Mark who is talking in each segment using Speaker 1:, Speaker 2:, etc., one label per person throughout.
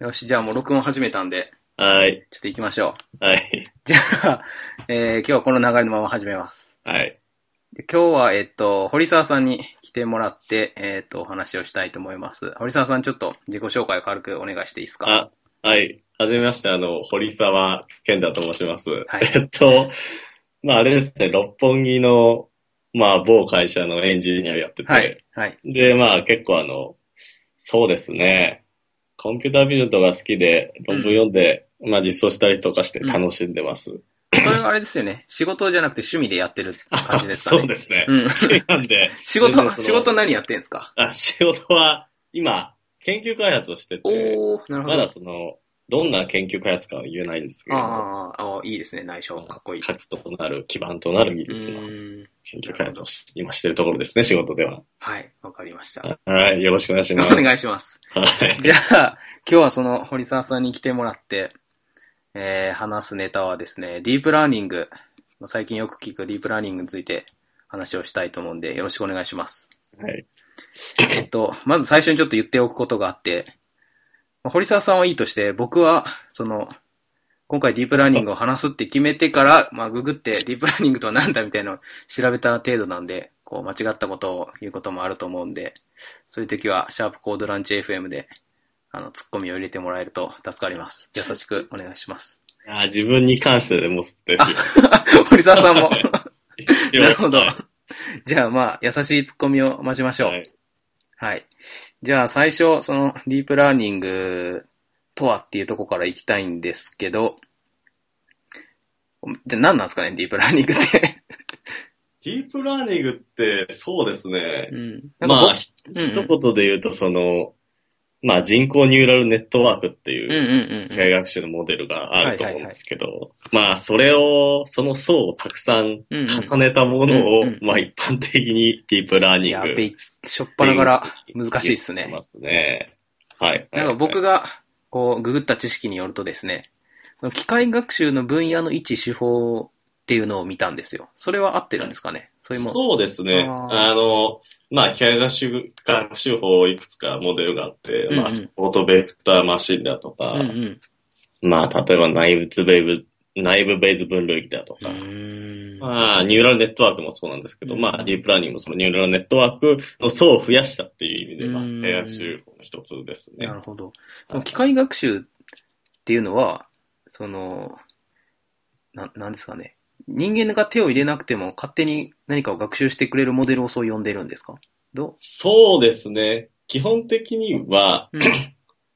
Speaker 1: よし、じゃあもう録音始めたんで、
Speaker 2: はい。
Speaker 1: ちょっと行きましょう。
Speaker 2: はい。
Speaker 1: じゃあ、えー今日はこの流れのまま始めます。
Speaker 2: はい。
Speaker 1: で今日は、えっと、堀沢さんに来てもらって、えっと、お話をしたいと思います。堀沢さん、ちょっと自己紹介を軽くお願いしていいですか
Speaker 2: あ、はい。はじめまして、あの、堀沢健太と申します。
Speaker 1: い
Speaker 2: えっと、まああれですね、六本木の、まあ某会社のエンジニアをやってて、
Speaker 1: はい。はい。
Speaker 2: で、まあ結構あの、そうですね、コンピュータービジョンとか好きで、論文読んで、まあ実装したりとかして楽しんでます。
Speaker 1: それはあれですよね。仕事じゃなくて趣味でやってる感じですかね。
Speaker 2: そうですね。
Speaker 1: うん。
Speaker 2: 趣味なんで
Speaker 1: 仕
Speaker 2: 全然
Speaker 1: 事、
Speaker 2: その
Speaker 1: 仕事何やってんすか
Speaker 2: あ仕事は、今、研究開発をして
Speaker 1: お
Speaker 2: て、
Speaker 1: ー、なるほ
Speaker 2: ま
Speaker 1: ど
Speaker 2: だ。その、どんな研究開発かは言えないんですけれども、
Speaker 1: あーあー、いいですね、内緒。かっこいい。
Speaker 2: 核となる、基盤となる技
Speaker 1: う
Speaker 2: 術の
Speaker 1: ーん。
Speaker 2: 研究開発をし今してるところですね、仕事では。
Speaker 1: はい、わかりました。
Speaker 2: はい、よろしくお願いし
Speaker 1: お
Speaker 2: ます。
Speaker 1: 願いします。
Speaker 2: はい。
Speaker 1: じゃあ、今日はその堀沢さんに来てもらって、えー、話すネタはですね、ディープラーニング、まあ最近よく聞くディープラーニングについて話をしたいと思うんで、よろしくお願いします。
Speaker 2: はい。
Speaker 1: えっと、まず最初にちょっと言っておくことがあって、まあ堀沢さんはいいとして、僕は、その、今回ディープラーニングを話すって決めてから、まあ、ググってディープラーニングとは何だみたいなのを調べた程度なんで、こう、間違ったことを言うこともあると思うんで、そういう時は、シャープコードランチ FM で、あの、ツッコミを入れてもらえると助かります。優しくお願いします。
Speaker 2: あ自分に関してでもです
Speaker 1: 堀沢さんも。
Speaker 2: よ。
Speaker 1: なるほど
Speaker 2: は。
Speaker 1: じゃあ、まあ、優しいツッコミを待ちまし
Speaker 2: い
Speaker 1: ょう。はい。じゃあ最初、そのディープラーニングとはっていうとこから行きたいんですけど、じゃあ何なんですかね、ディープラーニングって。
Speaker 2: ディープラーニングって、そうですね
Speaker 1: う。ん。なんか
Speaker 2: まあ、ひ
Speaker 1: うんうん
Speaker 2: 一言で言うと、その、まあ、人工ニューラルネットワークっていう
Speaker 1: うんうんうん
Speaker 2: 機械学習のモデルがあると思うんですけど、まあ、それを、その層をたくさん
Speaker 1: うん。うんうん
Speaker 2: 重ねたものを、
Speaker 1: うんうん
Speaker 2: まあ、一般的にディープラーニン
Speaker 1: や
Speaker 2: グ。
Speaker 1: べえ、しょっぱなから難しいっすね。
Speaker 2: ますね。はい。
Speaker 1: なんか僕が、こう、ググった知識によるとですね、その機械学習の分野の一手法っていうのを見たんですよ。それは合ってるんですかねそれも。
Speaker 2: そうですね。
Speaker 1: あー
Speaker 2: あの、まあ、機械学習学習法いくつかモデルがあって、
Speaker 1: うんうん
Speaker 2: まあ、スポートベクターマシンだとか、
Speaker 1: うんうん。
Speaker 2: まあ、例えば内部ベーブ、内部ベース分類器だと
Speaker 1: う
Speaker 2: か、
Speaker 1: ーん。
Speaker 2: まあ、ニューラルネットワークもそうなんですけど、
Speaker 1: うん
Speaker 2: まあ、ディープラーニングもそのニューラルネットワークの層を増やしたっていう意味では、
Speaker 1: うん
Speaker 2: 機械学習法の一つですね
Speaker 1: な。るほど。機械学習っていうのは、その、な、なんですかね。人間が手を入れなくても勝手に何かを学習してくれるモデルをそう呼んでるんですかど
Speaker 2: そうですね。基本的には、
Speaker 1: ううん。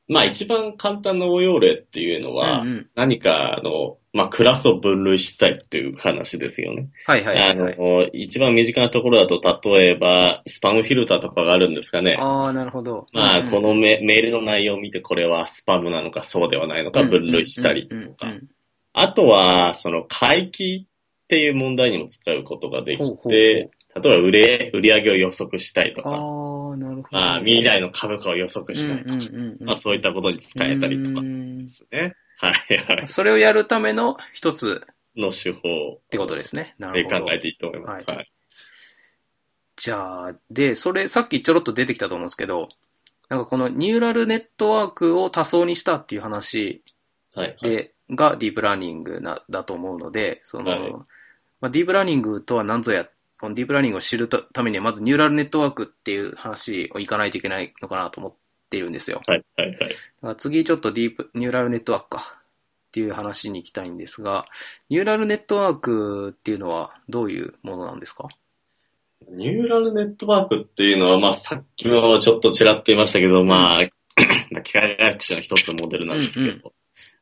Speaker 2: まあ一番簡単な応用例っていうのは、
Speaker 1: うんうん
Speaker 2: 何か、あの、まあ、クラスを分類したいっていう話ですよね。
Speaker 1: はいはいはい、はい
Speaker 2: あ。の、一番身近なところだと、例えば、スパムフィルターとかがあるんですかね。
Speaker 1: ああ、なるほど。
Speaker 2: ま
Speaker 1: うんう
Speaker 2: あ、
Speaker 1: ん
Speaker 2: このメメールの内容を見て、これはスパムなのか、そうではないのか、分類したりと
Speaker 1: うんう。
Speaker 2: か
Speaker 1: ん
Speaker 2: あとは、その、回帰っていう問題にも使うことがで
Speaker 1: ほう
Speaker 2: き
Speaker 1: ほうほう
Speaker 2: て、例えば、売れ、売り上げを予測したいとか、
Speaker 1: ああ、なるほど。
Speaker 2: まあ、未来の株価を予測したいとか、
Speaker 1: うんうんうんうん
Speaker 2: まあ、そういったことに使えたりと
Speaker 1: う
Speaker 2: かで
Speaker 1: ん
Speaker 2: すね。はいはい。
Speaker 1: それをやるための一つ
Speaker 2: の手法
Speaker 1: ってことですね。なる
Speaker 2: で
Speaker 1: ほ
Speaker 2: 考
Speaker 1: ど。
Speaker 2: えていいと思います。
Speaker 1: はい
Speaker 2: はい。
Speaker 1: じゃあ、で、それ、さっきちょろっと出てきたと思うんですけど、なんかこのニューラルネットワークを多層にしたっていう話
Speaker 2: はい。
Speaker 1: で、がディープラーニングな、だと思うので、その、
Speaker 2: はい
Speaker 1: まあ、ディープラーニングとは何ぞや、このディープラーニングを知るたためには、まずニューラルネットワークっていう話をいかないといけないのかなと思っているんですよ。
Speaker 2: はい。はい。はい。
Speaker 1: だから次ちょっとディープ、ニューラルネットワークかっていう話に行きたいんですが、ニューラルネットワークっていうのはどういうものなんですか
Speaker 2: ニューラルネットワークっていうのは、まあ、さっきもちょっとちらっと言いましたけど、まあ、機械学習の一つのモデルなんですけ
Speaker 1: う
Speaker 2: ど、
Speaker 1: ん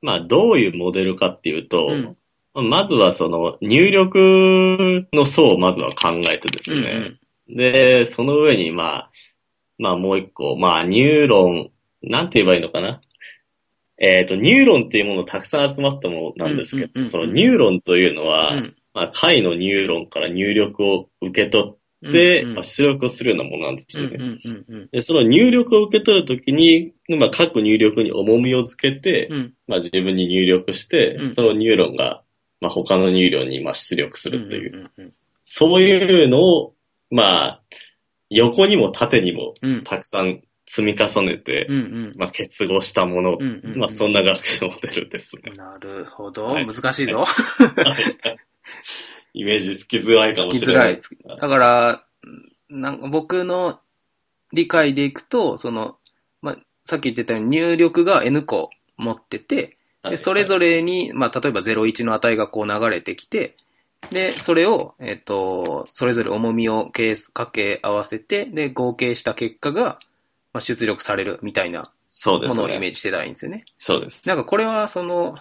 Speaker 2: まあ、どういうモデルかっていうと、
Speaker 1: うん
Speaker 2: まずはその入力の層をまずは考えてです
Speaker 1: うん
Speaker 2: ね、で、その上に、まあ、まあもう一個、まあニューロン、なんて言えばいいのかな。えっ、と、ニューロンっていうものたくさん集まったものなんですけ
Speaker 1: うんうんうんう
Speaker 2: ど、
Speaker 1: ん
Speaker 2: そのニューロンというのは、
Speaker 1: うんうん
Speaker 2: まあ、解のニューロンから入力を受け取
Speaker 1: うん
Speaker 2: って、
Speaker 1: うん
Speaker 2: まあ、出力をするようなものなんですよね。
Speaker 1: うんうんうんうん
Speaker 2: でその入力を受け取るときに、まあ、各入力に重みをつけて、
Speaker 1: うん
Speaker 2: まあ、自分に入力して、
Speaker 1: うん
Speaker 2: そのニューロンが、まあ、他のニューロンにまあ出力するという、
Speaker 1: うんうん
Speaker 2: そういうのを、まあ、横にも縦にも
Speaker 1: うんうん
Speaker 2: たくさん積み重ねて、
Speaker 1: うんうん。
Speaker 2: まあ、結合したもの、
Speaker 1: うんうんうん
Speaker 2: まあ、そんな学習モデルですね。
Speaker 1: なるほど。
Speaker 2: はい
Speaker 1: 難しいぞ。
Speaker 2: イメージつきづらいか
Speaker 1: つ
Speaker 2: も
Speaker 1: き
Speaker 2: し
Speaker 1: づ
Speaker 2: れ
Speaker 1: ら
Speaker 2: ない
Speaker 1: い
Speaker 2: ですけ
Speaker 1: だ
Speaker 2: ど。
Speaker 1: から、なんか僕の理解でいくと、その、まあ、さっき言ってたように入力が N 個持ってて、
Speaker 2: は
Speaker 1: で
Speaker 2: い
Speaker 1: それぞれに、まあ、例えば01の値がこう流れてきて、で、それを、えっ、と、それぞれ重みを計掛け合わせて、で、合計した結果が、まあ、出力されるみたいな
Speaker 2: そうで
Speaker 1: も
Speaker 2: す
Speaker 1: のをイメー
Speaker 2: ね。
Speaker 1: ジしてたらいいんですよね。
Speaker 2: そうです。
Speaker 1: なんかこれはその、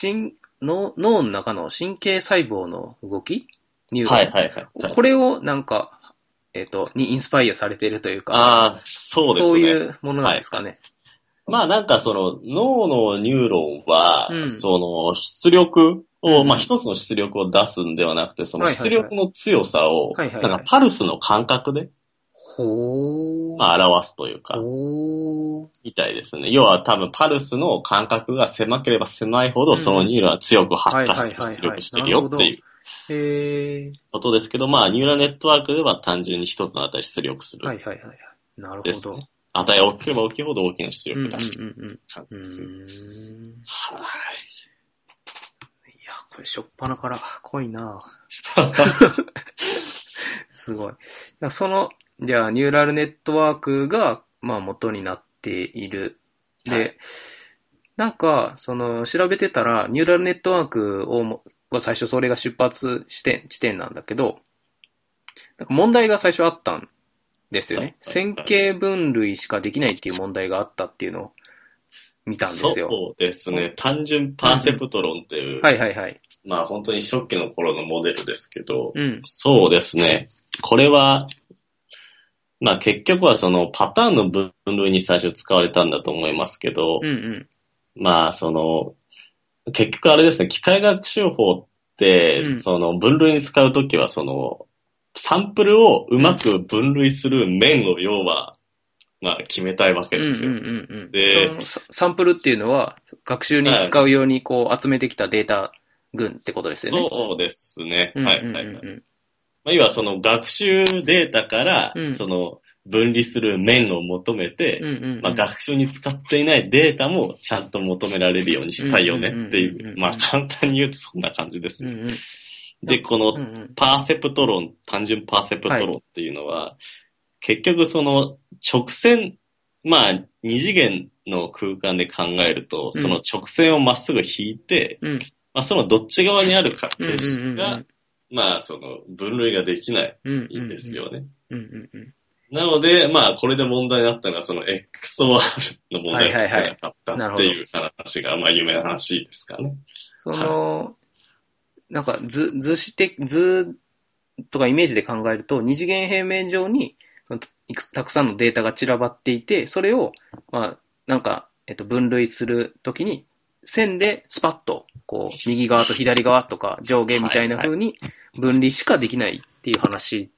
Speaker 1: 神脳脳の中の神経細胞の動きニューロン
Speaker 2: はいはいはいはい。
Speaker 1: これをなんか、えっ、と、にインスパイアされているというか、
Speaker 2: ああ、そうですね。
Speaker 1: いうものなんですかね。
Speaker 2: まあなんかその脳のニューロンは、
Speaker 1: うん
Speaker 2: その出力
Speaker 1: うんう
Speaker 2: を、
Speaker 1: ん
Speaker 2: まあ一つの出力を出すんではなくて、その
Speaker 1: はいはいはい
Speaker 2: 出力の強さを、
Speaker 1: はい
Speaker 2: なん
Speaker 1: はいはい
Speaker 2: かパルスの感覚で、
Speaker 1: ほー。
Speaker 2: まあ表すというか、
Speaker 1: ほー。
Speaker 2: みたいですね。要は多分パルスの感覚が狭ければ狭いほ
Speaker 1: う
Speaker 2: ど、
Speaker 1: ん
Speaker 2: そのニューロンは強く発火して
Speaker 1: はいはいはいはい
Speaker 2: 出力してるよってい
Speaker 1: へ
Speaker 2: うことですけど、まあニューラルネットワークでは単純に一つの値出力す
Speaker 1: ー。はい
Speaker 2: る。
Speaker 1: はいはいはい。なる
Speaker 2: で
Speaker 1: ほ
Speaker 2: す
Speaker 1: ど。
Speaker 2: ね。値が大きければ大きいほど大きな出
Speaker 1: うんうん
Speaker 2: 力出してる
Speaker 1: うん
Speaker 2: 感
Speaker 1: う
Speaker 2: じ
Speaker 1: ん。う
Speaker 2: ですね。
Speaker 1: ーん。
Speaker 2: はい。
Speaker 1: いや、これしょっぱなから濃いなすごい。その、じゃあ、ニューラルネットワークが、まあ、元になっている。で、
Speaker 2: はい
Speaker 1: なんか、その、調べてたら、ニューラルネットワークをも、は最初それが出発して、地点なんだけど、なんか問題が最初あったんですよね。
Speaker 2: はいはいは
Speaker 1: 線
Speaker 2: い
Speaker 1: 形分類しかできないっていう問題があったっていうのを見たんですよ。
Speaker 2: そうです
Speaker 1: うん
Speaker 2: ね。単純パーセプトロンっていう、
Speaker 1: はいはいはい。
Speaker 2: まあ本当に初期の頃のモデルですけど、
Speaker 1: うん。
Speaker 2: そうですね。これは、まあ結局はそのパターンの分類に最初使われたんだと思いますけど
Speaker 1: うん、うん。
Speaker 2: まあその、結局あれですね、機械学習法って、
Speaker 1: うん
Speaker 2: その分類に使うときはその、サンプルをうまく分類する面を要は、まあ決めたいわけ
Speaker 1: うんう
Speaker 2: で
Speaker 1: ん
Speaker 2: すよ。
Speaker 1: うんうん。
Speaker 2: で
Speaker 1: そのササンプルっていうのは、学習に使うようにこう集めてきたデータ群ってことですよね。
Speaker 2: そうですね。
Speaker 1: んん
Speaker 2: は
Speaker 1: ん
Speaker 2: い
Speaker 1: ん
Speaker 2: はいはい。まあ、要はその学習データから
Speaker 1: うん、
Speaker 2: その分離する面を求めて、
Speaker 1: うんうんうん
Speaker 2: まあ、学習に使っていないデータもちゃんと求められるようにしたいよねって
Speaker 1: うんうんうん
Speaker 2: いうう、
Speaker 1: ん
Speaker 2: まあ簡単に言うとそんな感じです
Speaker 1: う
Speaker 2: ね。
Speaker 1: んうん
Speaker 2: で、こ
Speaker 1: う
Speaker 2: の
Speaker 1: んうん
Speaker 2: パーセプト論、単純パーセプト論っていうのは、結局その直線、まあ二次元の空間で考えると、その直線をまっすぐ引いて、
Speaker 1: うん
Speaker 2: まあそのどっち側にあるか定
Speaker 1: うんう
Speaker 2: 式
Speaker 1: んうんう
Speaker 2: が
Speaker 1: ん、
Speaker 2: まあその分類ができない
Speaker 1: うんうん
Speaker 2: んですよね。
Speaker 1: うんうんうん
Speaker 2: なので、まあ、これで問題になったのが、その XOR の問題
Speaker 1: はいは
Speaker 2: が
Speaker 1: いはい
Speaker 2: なかったっていう話が、まあ、有名な話ですかね。
Speaker 1: その、なんか図、図して、図とかイメージで考えると、二次元平面上に、そのいくつたくさんのデータが散らばっていて、それを、まあ、なんか、えっと、分類するときに、線でスパッと、こう、右側と左側とか、上下みたいな風に分離しかできないっていう話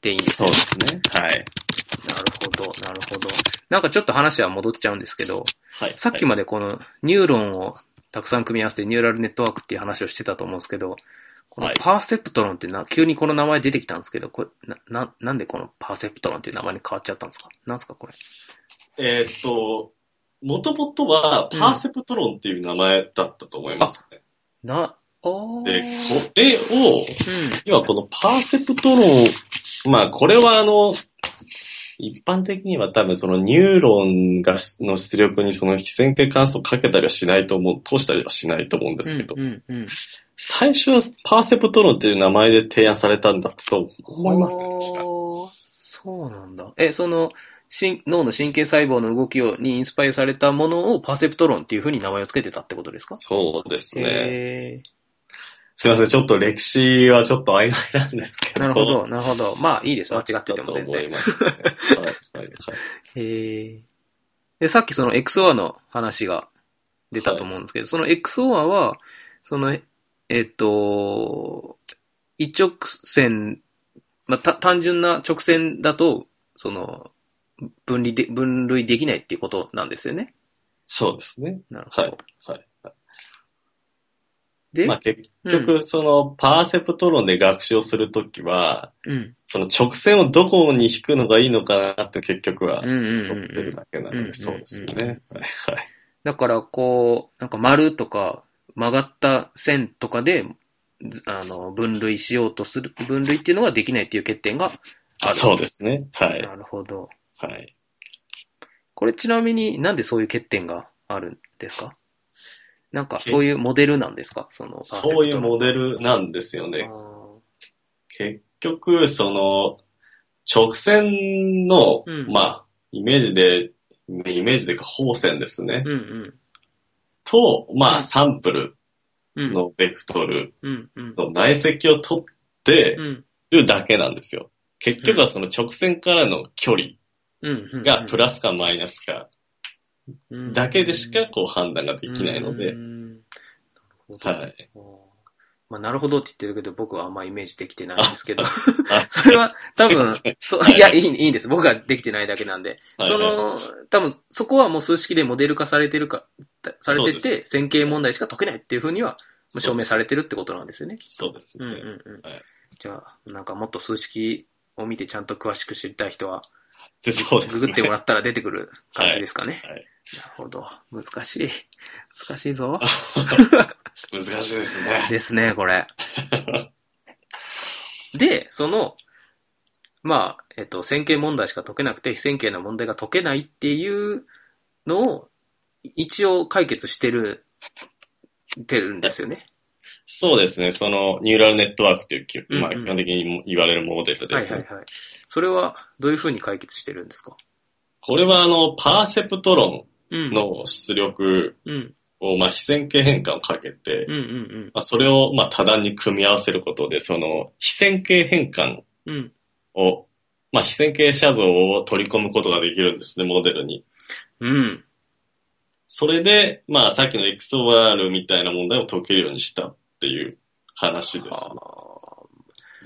Speaker 1: でいいんですね。
Speaker 2: すね。
Speaker 1: な
Speaker 2: はい。
Speaker 1: るほど、なるほど。なんかちょっと話は戻っちゃうんですけど、
Speaker 2: はい。
Speaker 1: さっきまでこのニューロンをたくさん組み合わせてニューラルネットワークっていう話をしてたと思うんですけど、この
Speaker 2: はい
Speaker 1: パーセプトロンってな、急にこの名前出てきたんですけど、これ、な、な、なんでこのパーセプトロンっていう名前に変わっちゃったんですかなんですかこれ。
Speaker 2: えーっと、もともとは、パーセプトロンっていう名前だったと思いますね。
Speaker 1: な、お
Speaker 2: で、
Speaker 1: ー。
Speaker 2: これを、
Speaker 1: うん。
Speaker 2: 要はこのパーセプトロン、まあ、これはあの、一般的には多分そのニューロンがし、の出力にその非線形関数をかけたりはしないと思う、通したりはしないと思うんですけど、
Speaker 1: うん、うん。
Speaker 2: 最初はパーセプトロンっていう名前で提案されたんだと思いますね。
Speaker 1: おーそうなんだ。え、その、神脳の神経細胞の動きをにインスパイアされたものをパーセプトロンっていう風に名前を付けてたってことですか
Speaker 2: そうですね。
Speaker 1: へ
Speaker 2: すいません、ちょっと歴史はちょっと曖昧なんですけ
Speaker 1: ー
Speaker 2: ど。
Speaker 1: なるほ。ど、なるほど。まあ、いいです。間違っ
Speaker 2: だ
Speaker 1: てて
Speaker 2: と
Speaker 1: も全
Speaker 2: 思
Speaker 1: 然
Speaker 2: い。ます、ね。はい、はい、はい。
Speaker 1: へえ。で、さっきその XOR の話が出たと思うんですけど、その XOR は、その、ええっと、一直線、まあ、た単純な直線だと、その、分離で、分類できないっていうことなんですよね。
Speaker 2: そうですね。
Speaker 1: なるほ
Speaker 2: は
Speaker 1: ど。
Speaker 2: い、はい。
Speaker 1: で、
Speaker 2: まあ、結局、その、パーセプト論で学習をするときは、
Speaker 1: うん。
Speaker 2: その直線をどこに引くのがいいのかなって結局は
Speaker 1: うん、うんうん
Speaker 2: 取ってるだけなの
Speaker 1: うん
Speaker 2: で、そうです
Speaker 1: うんうん
Speaker 2: ね。はいはい。
Speaker 1: だから、こう、なんか丸とか曲がった線とかで、ずあの、分類しようとする、分類っていうのができないっていう欠点がある。
Speaker 2: そうですね。はい。
Speaker 1: なるほど。
Speaker 2: はい。
Speaker 1: これちなみになんでそういう欠点があるんですかなんかそういうモデルなんですかその
Speaker 2: そういうモデ
Speaker 1: ル
Speaker 2: ルなんですよね。
Speaker 1: う
Speaker 2: 結局、その、直線の、
Speaker 1: うん
Speaker 2: まあ、イメージで、イメージでか、方線ですね。
Speaker 1: ん
Speaker 2: と、ま
Speaker 1: うん
Speaker 2: あ、サンプル
Speaker 1: うん。うん。
Speaker 2: のベクトル
Speaker 1: うんうん。
Speaker 2: の内積を取って
Speaker 1: うん。
Speaker 2: るだけなんですよ。結局はその直線からの距離
Speaker 1: うんうん。
Speaker 2: がプラスかマイナスかだけでしかこう判断ができないの
Speaker 1: う
Speaker 2: で、
Speaker 1: んなるほど。
Speaker 2: はい。
Speaker 1: まあ、なるほどって言ってるけど、僕はあんまイメージできてないんですけ ど、
Speaker 2: あ
Speaker 1: それは多分
Speaker 2: すいません、
Speaker 1: そう、いや、いい、いいんです。僕ができてないだけなんで。
Speaker 2: はい
Speaker 1: その、多分、そこはもう数式でモデル化されてるか、されて
Speaker 2: そう
Speaker 1: て、線形問題しか解けないっていうふうには、まあ証明されてるってことなんですよね。
Speaker 2: そうです
Speaker 1: うんうん
Speaker 2: ね。
Speaker 1: うん。
Speaker 2: はい
Speaker 1: じゃあ、なんかもっと数式を見てちゃんと詳しく知りたい人は、
Speaker 2: でそうです
Speaker 1: ググ
Speaker 2: ね。
Speaker 1: ってもらったら出てくる感じですかね。
Speaker 2: はいはい
Speaker 1: なるほど。難しい。難しいぞ。
Speaker 2: 難しいですね。
Speaker 1: です ね、これ。で、その、まあ、えっと、線形問題しか解けなくて、非線形の問題が解けないっていうのを、一応解決してる、てるんですよね。
Speaker 2: そうですね。その、ニューラルネットワークというきゅ、
Speaker 1: うんうん
Speaker 2: まあ、基本的に言われるモデ ルで
Speaker 1: はい
Speaker 2: す
Speaker 1: は
Speaker 2: ね。
Speaker 1: いはい。それは、どういうふうに解決してるんですか
Speaker 2: これは、あの、パーセプト論
Speaker 1: うん。
Speaker 2: の出力
Speaker 1: うん。
Speaker 2: を、まあ、非線形変換をかけて、
Speaker 1: うんうん
Speaker 2: まあ、それを、まあ、多段に組み合わせることで、その、非線形変換
Speaker 1: うん。うん。
Speaker 2: を、まあ、非線形写像を取り込むことができるんですね、モデルに。
Speaker 1: うん。
Speaker 2: それで、まあ、さっきの XOR みたいな問題を解けるようにしたっていう話です。
Speaker 1: は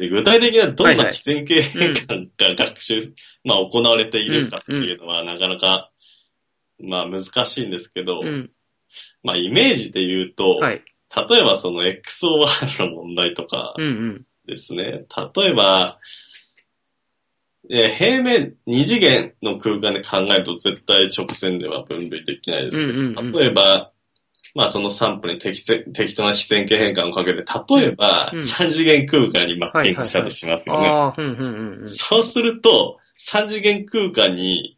Speaker 2: で具体的にはどん
Speaker 1: はいは
Speaker 2: ない非線形変換が学習、まあ、行われているかっていうのは、なかなか、まあ、難しいんですけど、
Speaker 1: あうん。
Speaker 2: まあ、イメージで言うと、
Speaker 1: はい。
Speaker 2: 例えばその XOR の問題とか
Speaker 1: うんうん。
Speaker 2: ですね、例えば、えー平面、二次元の空間で考えると絶対直線では分類できないですけ
Speaker 1: う
Speaker 2: ど、
Speaker 1: んうんうん
Speaker 2: 例えば、まあそのサンプルに適切適当な非線形変換をかけて、例えば
Speaker 1: うん
Speaker 2: 三次元空間にマッピングしたとしますよね。
Speaker 1: ああ、うんうんうんうん。
Speaker 2: そうすると、三次元空間に、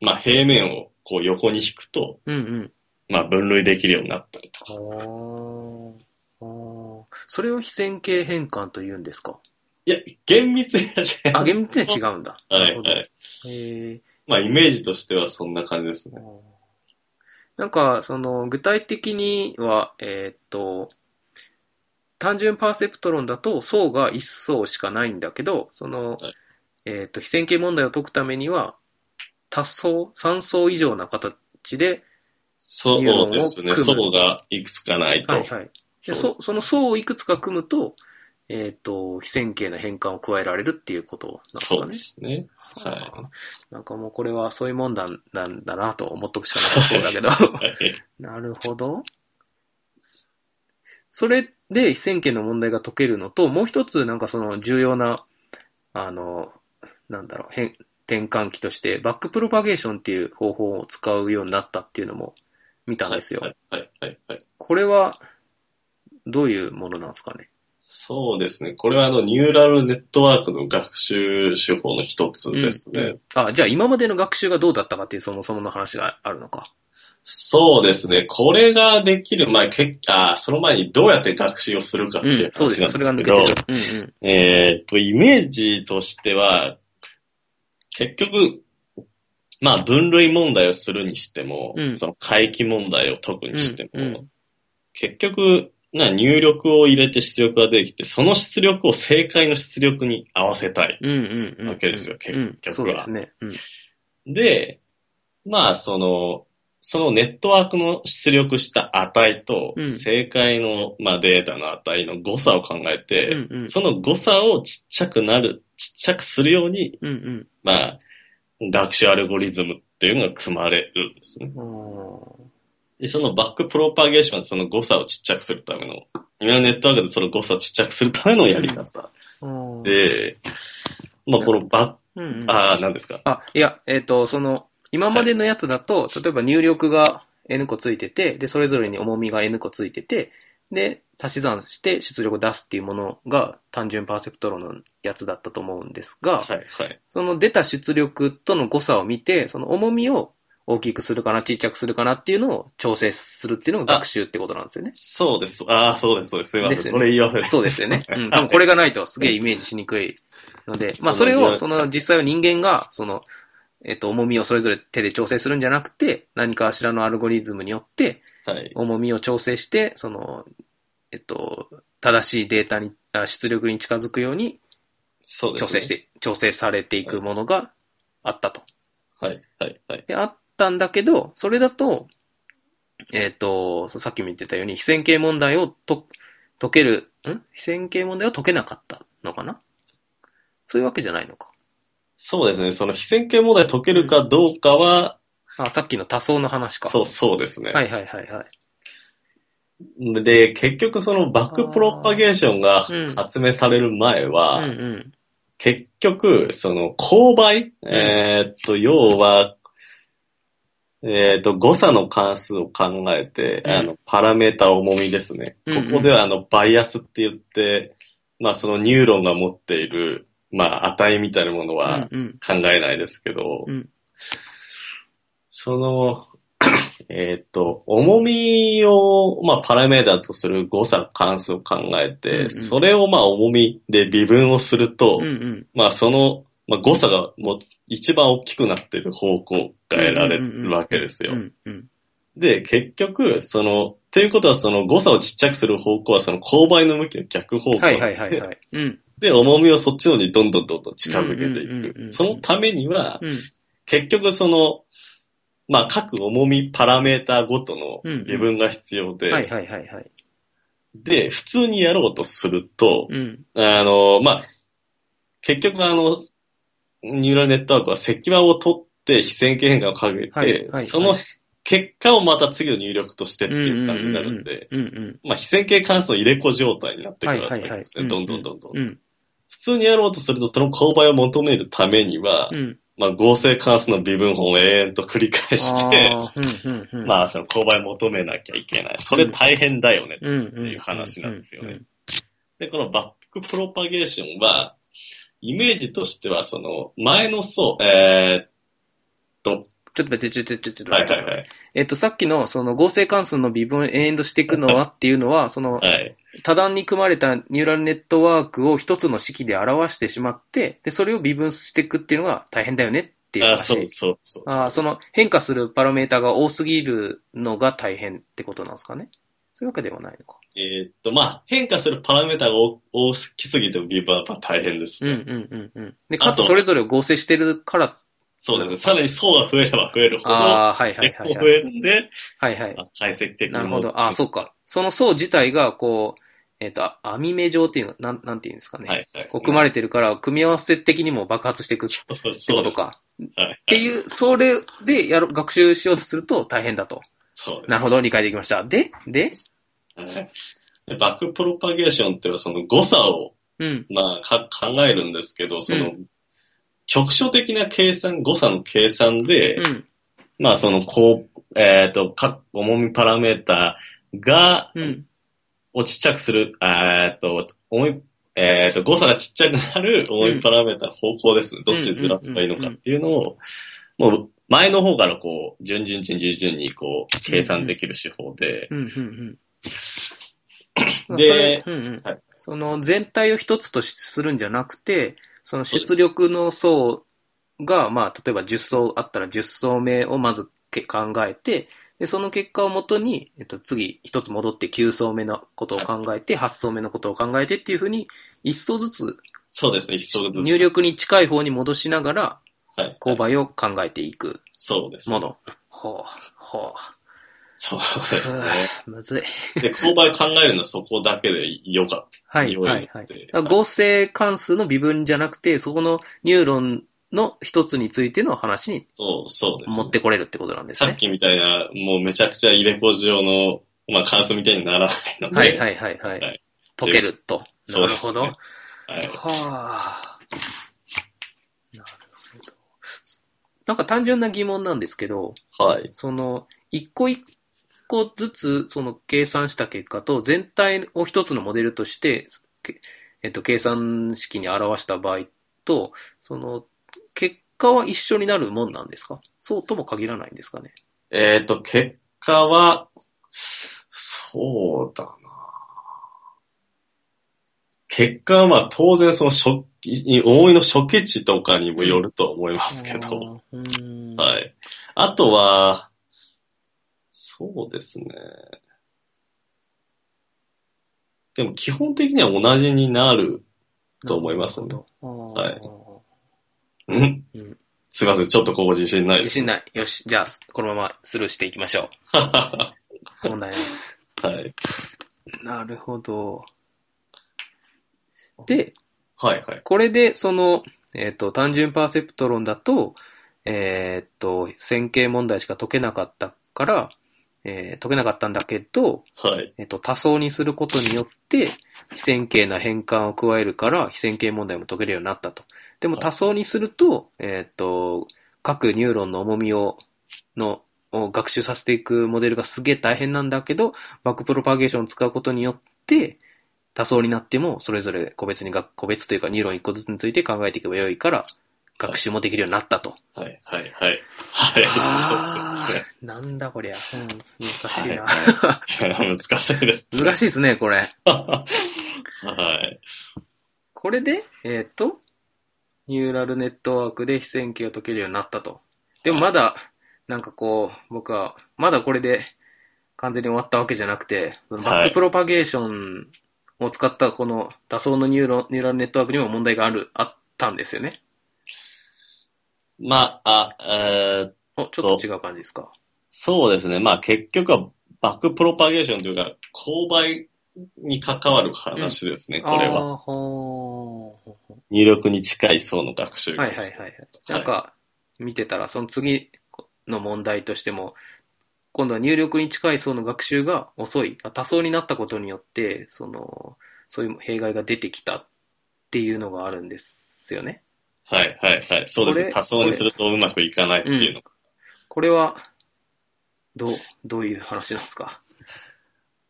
Speaker 2: まあ平面をこう横に引くと、
Speaker 1: うんうん。
Speaker 2: まあ分類できるようになったりと
Speaker 1: あ
Speaker 2: か。
Speaker 1: ーあー。それを非線形変換と言うんですか
Speaker 2: いや、厳密には違い
Speaker 1: あ、
Speaker 2: ます。
Speaker 1: 厳密には違うんだ。な
Speaker 2: は
Speaker 1: る
Speaker 2: い
Speaker 1: ほど
Speaker 2: はい。
Speaker 1: へー
Speaker 2: まあイメージとしてはそんな感じです
Speaker 1: あ
Speaker 2: ね。
Speaker 1: ーなんか、その、具体的には、えーっと、単純パーセプト論だと層が1層しかないんだけど、その
Speaker 2: はい、
Speaker 1: えーっと、非線形問題を解くためには、多層、3層以上な形で、
Speaker 2: そうですね。
Speaker 1: ニューロンを組む
Speaker 2: 層がいくつかないと。
Speaker 1: はいはい。で
Speaker 2: そう
Speaker 1: そその層をいくつか組むと、えっ、と、非線形の変換を加えられるっていうことなんです
Speaker 2: そ
Speaker 1: か
Speaker 2: うで
Speaker 1: ね。
Speaker 2: すね。は
Speaker 1: なんかもうこれはそういうもんだなんだなと思っとくしかなさそうだ けど。
Speaker 2: はい。
Speaker 1: なるほど。それで非線形の問題が解けるのと、もう一つなんかその重要な、あの、なんだろう、変転換期として、バックプロパゲーションっていう方法を使うようになったっていうのも見たんですよ。
Speaker 2: はいはいはいはい。
Speaker 1: これは、どういうものなんですかね。
Speaker 2: そうですね。これはあの、ニューラルネットワークの学習手法の一つですね。
Speaker 1: うんうんあ、じゃあ今までの学習がどうだったかっていうそもそもの話があるのか。
Speaker 2: そうですね。これができる、まあ、結あその前にどうやって学習をするかって
Speaker 1: う
Speaker 2: い
Speaker 1: ん
Speaker 2: う、
Speaker 1: そうで
Speaker 2: 話な
Speaker 1: す。そ
Speaker 2: んです
Speaker 1: れが抜
Speaker 2: け
Speaker 1: け
Speaker 2: ど、
Speaker 1: てる。
Speaker 2: えーっと、イメージとしては、結局、まあ、分類問題をするにしても、
Speaker 1: うん
Speaker 2: その回帰問題を解くにしても、
Speaker 1: うんうん
Speaker 2: 結局、な入力を入れて出力ができて、その出力を正解の出力に合わせたい。
Speaker 1: うんうん。うんうんうん。
Speaker 2: わけですよ結
Speaker 1: うん
Speaker 2: 局は
Speaker 1: そうですね。うん。
Speaker 2: で、まあ、その、そのネットワークの出力した値と
Speaker 1: う、ん
Speaker 2: 正解の、まあ、データの値の誤差を考えて、
Speaker 1: うんうん
Speaker 2: その誤差をちっちゃくなる、ちっちゃくするように、
Speaker 1: うん
Speaker 2: まあ、学習アルゴリズムっていうのが組まれるんですね。
Speaker 1: うん。あー
Speaker 2: で、そのバックプロパゲーション、その誤差をちっちゃくするための、今のネットワークでその誤差をちっちゃくするためのやり方。
Speaker 1: うん、
Speaker 2: で、まあ、このバ
Speaker 1: うんうん
Speaker 2: ッ、ああ、何ですか。
Speaker 1: あ、いや、えっ、と、その、今までのやつだと、例えば入力が N 個ついてて、で、それぞれに重みが N 個ついてて、で、足し算して出力を出すっていうものが単純パーセプトロのやつだったと思うんですが、
Speaker 2: はい、はい。
Speaker 1: その出た出力との誤差を見て、その重みを大きくするかな、小さくするかなっていうのを調整するっていうのが学習ってことなんですよね。
Speaker 2: そうです。ああ、そうです、そうです。すいません。
Speaker 1: ですよね
Speaker 2: それ言い忘れて
Speaker 1: そうですよ ね。うん。多分これがないとすげえイメージしにくいので、まあそれを、その実際は人間が、その、えっと、重みをそれぞれ手で調整するんじゃなくて、何かしらのアルゴリズムによって、
Speaker 2: はい。
Speaker 1: 重みを調整して、その、えっと、正しいデータに、あ出力に近づくように
Speaker 2: そうです、
Speaker 1: 調整して、調整されていくものがあったと。
Speaker 2: はい、はい、はい。
Speaker 1: で、あったんだけど、それだと、えっ、と、そうさっきも言ってたように、非線形問題をと解ける、ん非線形問題を解けなかったのかなそういうわけじゃないのか。
Speaker 2: そうですね。その非線形問題解けるかどうかは、
Speaker 1: あ、さっきの多層の話か。
Speaker 2: そう、そうですね。
Speaker 1: はいはいはいはい。
Speaker 2: で、結局そのバックプロパゲーションが
Speaker 1: うん
Speaker 2: 発明される前は、
Speaker 1: うんうん。
Speaker 2: 結局、その、勾配、えーっと、要は、えーっと、誤差の関数を考えて、
Speaker 1: うん
Speaker 2: あの、パラメータ重みですね。
Speaker 1: うんうん
Speaker 2: ここでは、あの、バイアスって言って、まあ、そのニューロンが持っている、まあ、値みたいなものは、
Speaker 1: うんうん。
Speaker 2: 考えないですけど、
Speaker 1: うん
Speaker 2: その、 えーっと、重みを、まあ、パラメータとする誤差関数を考えて、
Speaker 1: うんうん
Speaker 2: それをまあ重みで微分をすると、
Speaker 1: うんうん。
Speaker 2: まあその、まあ、誤差がもう一番大きくなってる方向が得られるわけですよ。
Speaker 1: うんうん。
Speaker 2: で、結局、その、っていうことはその誤差をちっちゃくする方向はその勾配の向きの逆方向
Speaker 1: はいはいはいはい。うん。
Speaker 2: で、重みをそっちの方にどんどんどんどん近づけて
Speaker 1: うんうんうんうんう
Speaker 2: い
Speaker 1: ん
Speaker 2: く。そのためには、
Speaker 1: うん。
Speaker 2: 結局その、まあ、各重みパラメータごとの
Speaker 1: うんうん
Speaker 2: 微分が必要で、
Speaker 1: はいはいはいはい。
Speaker 2: で、普通にやろうとすると、
Speaker 1: うん。
Speaker 2: あの、まあ、結局あの、ニューラルネットワークは石板を取って非線形変換をかけて、
Speaker 1: はいはい
Speaker 2: その
Speaker 1: はい
Speaker 2: 結果をまた次の入力としてっていう感じになるんで、
Speaker 1: うんうん。
Speaker 2: まあ、非線形関数の入れ子状態になってくるわけ
Speaker 1: はいはいはい
Speaker 2: ですね。どんどんどんどん。
Speaker 1: うん。
Speaker 2: 普通にやろうとすると、その勾配を求めるためには、
Speaker 1: うん。
Speaker 2: まあ、合成関数の微分法を永遠と繰り返して、
Speaker 1: あー、うんうんうん。あ、
Speaker 2: まあ、その購買求めなきゃいけない。それ大変だよね。
Speaker 1: うんうん。って
Speaker 2: いう話なんですよね。で、このバックプロパゲーションは、イメージとしては、その、前の層、えー、っと、
Speaker 1: ちょっと待って、ちょっと待って、ちょっと
Speaker 2: はい
Speaker 1: 待っ
Speaker 2: は
Speaker 1: て。
Speaker 2: いはい。
Speaker 1: えっと、さっきの、その合成関数の微分延々としていくのはっていうの は、その、
Speaker 2: はい。
Speaker 1: 多段に組まれたニューラルネットワークを一つの式で表してしまって、で、それを微分していくっていうのが大変だよねっていう
Speaker 2: あ、
Speaker 1: 話。
Speaker 2: そうそうそう。
Speaker 1: あーその変化するパラメータが多すぎるのが大変ってことなんですかね。そういうわけではないのか。
Speaker 2: えーっと、まあ、変化するパラメータが大大きすぎてもビーバーは大変です
Speaker 1: うん
Speaker 2: ね。
Speaker 1: うんうんうん。で、か
Speaker 2: あと
Speaker 1: つそれぞれを合成してるから、
Speaker 2: そうですね。さらに層が増えれば増えるほど、
Speaker 1: ああ、はいは
Speaker 2: レ
Speaker 1: い
Speaker 2: ク
Speaker 1: は
Speaker 2: も
Speaker 1: い、
Speaker 2: 増
Speaker 1: はい。
Speaker 2: えるんで、
Speaker 1: はいはい
Speaker 2: ま。あ解析的にも
Speaker 1: なるほど。あー、そうか。その層自体が、こう、えっ、と、あ網目状っていうの、なん、なんていうんですかね。
Speaker 2: はい はい。
Speaker 1: こう組まれてるから、組み合わせ的にも爆発していくっ
Speaker 2: そう
Speaker 1: て
Speaker 2: そ
Speaker 1: こ
Speaker 2: う
Speaker 1: と
Speaker 2: です。
Speaker 1: か。
Speaker 2: はい
Speaker 1: っていう、それでやろ、学習しようとすると大変だと。
Speaker 2: そうです。
Speaker 1: なるほど、理解できました。で、で、
Speaker 2: でバックプロパゲーションっていうのはその誤差を、
Speaker 1: うん、
Speaker 2: まあ、か考えるんですけど、そうの、局所的な計算、誤差の計算で、
Speaker 1: うん、
Speaker 2: まあその、こう、えっ、と、各重みパラメータが、
Speaker 1: うん、
Speaker 2: をちっちゃくする、えっ、と、重い、えっ、と、誤差がちっちゃくなる重いパラメータの方向です。どっちにずらせばいいのかっていうのを、もう、前の方からこう、順々順々順々にこう、計算できる手法で、
Speaker 1: うん、 うん、うん。
Speaker 2: で
Speaker 1: それうんうん
Speaker 2: はい
Speaker 1: その全体を一つとしするんじゃなくて、その出力の層が、まあ、例えば10層あったら10層目をまずけ考えて、で、その結果をもとに、えっと、次、一つ戻って9層目のことを考えて、8層目のことを考えてっていうふうに、1層ずつ
Speaker 2: そうですね、一層ずつ。
Speaker 1: 入力に近い方に戻しながら、
Speaker 2: はい。
Speaker 1: 購買を考えていく
Speaker 2: そうですね
Speaker 1: も。の。ほう、ほ
Speaker 2: そう
Speaker 1: う。
Speaker 2: ですね。
Speaker 1: むずい。
Speaker 2: で、購買考えるのはそこだけでよかっ
Speaker 1: はい、
Speaker 2: よい
Speaker 1: はい、はい
Speaker 2: で。
Speaker 1: だから合成関数の微分じゃなくて、そこのニューロンの一つについての話に
Speaker 2: そう、そうです、
Speaker 1: 持ってこれるってことなんです
Speaker 2: さっ
Speaker 1: ね。
Speaker 2: きみたいな、もうめちゃくちゃ入れ子状の、まあ、関数みたいにならないので。
Speaker 1: はいはいはいは
Speaker 2: はいい。
Speaker 1: 解けると。な
Speaker 2: そう
Speaker 1: る
Speaker 2: です
Speaker 1: ほ
Speaker 2: ね
Speaker 1: ど。は
Speaker 2: はい。
Speaker 1: あ。なるほど。なんか単純な疑問なんですけど、
Speaker 2: はい。
Speaker 1: その、一個一個ずつ、その計算した結果と、全体を一つのモデルとして、けえっと、計算式に表した場合と、その、結果は一緒になるもんなんですかそうとも限らないんですかね
Speaker 2: えっ、と、結果は、そうだな。結果はまあ当然その初期、思いの初期値とかにもよると思いますけど、。
Speaker 1: うーん。。
Speaker 2: はいい。あとは、そうですね。でも基本的には同じになる。と思いますね
Speaker 1: なるほど。
Speaker 2: はい
Speaker 1: あー
Speaker 2: うん
Speaker 1: うん
Speaker 2: すいません、ちょっとここ自信ないで
Speaker 1: 自
Speaker 2: す。
Speaker 1: 信ない。よし。じゃあ、このままスルーしていきましょ
Speaker 2: は
Speaker 1: う。問題ないです。
Speaker 2: い。
Speaker 1: なるほど。で、
Speaker 2: はい、はい。
Speaker 1: これで、その、えっ、と、単純パーセプト論だと、えっ、と、線形問題しか解けなかったから、えー解けなかったんだけど、
Speaker 2: はい。
Speaker 1: えっ、と、多層にすることによって、非線形な変換を加えるから、非線形問題も解けるようになったと。でも
Speaker 2: はい
Speaker 1: 多層にすると、えっ、と、各ニューロンの重みを、の、を学習させていくモデルがすげえ大変なんだけど、バックプロパゲーションを使うことによって、多層になっても、それぞれ個別にが、個別というかニューロン1個ずつについて考えていけばよいから、学習もできるようになったと。
Speaker 2: はい、はい、はい。はい、そうですね。
Speaker 1: ーなんだこりゃ。うん、難しいな。
Speaker 2: 難しいです。
Speaker 1: 難しいですね、これ。
Speaker 2: はい。
Speaker 1: これで、えっ、と、ニューラルネットワークで非線形を解けるようになったと。でもまだ、なんかこう、僕は、まだこれで完全に終わったわけじゃなくて、そのバックプロパゲーションを使ったこの多層のニューロニューラルネットワークにも問題がある、あったんですよね。
Speaker 2: まあ、あえー
Speaker 1: お、ちょっと違う感じですか。
Speaker 2: そうですね。まあ結局はバックプロパゲーションというか、勾配に関わる話ですね、これは。
Speaker 1: あーほーほーほ
Speaker 2: 入力に近い層の学習
Speaker 1: ー
Speaker 2: が
Speaker 1: はいはいはいはい。なんか、見てたら、その次の問題としても、今度は入力に近い層の学習が遅い、あ多層になったことによって、その、そういう弊害が出てきたっていうのがあるんですよね。
Speaker 2: はいはいはい。そうです
Speaker 1: こ
Speaker 2: ね。
Speaker 1: れ
Speaker 2: 多層にするとうまくいかないっていうのが。
Speaker 1: これは、どう、どういう話なんですか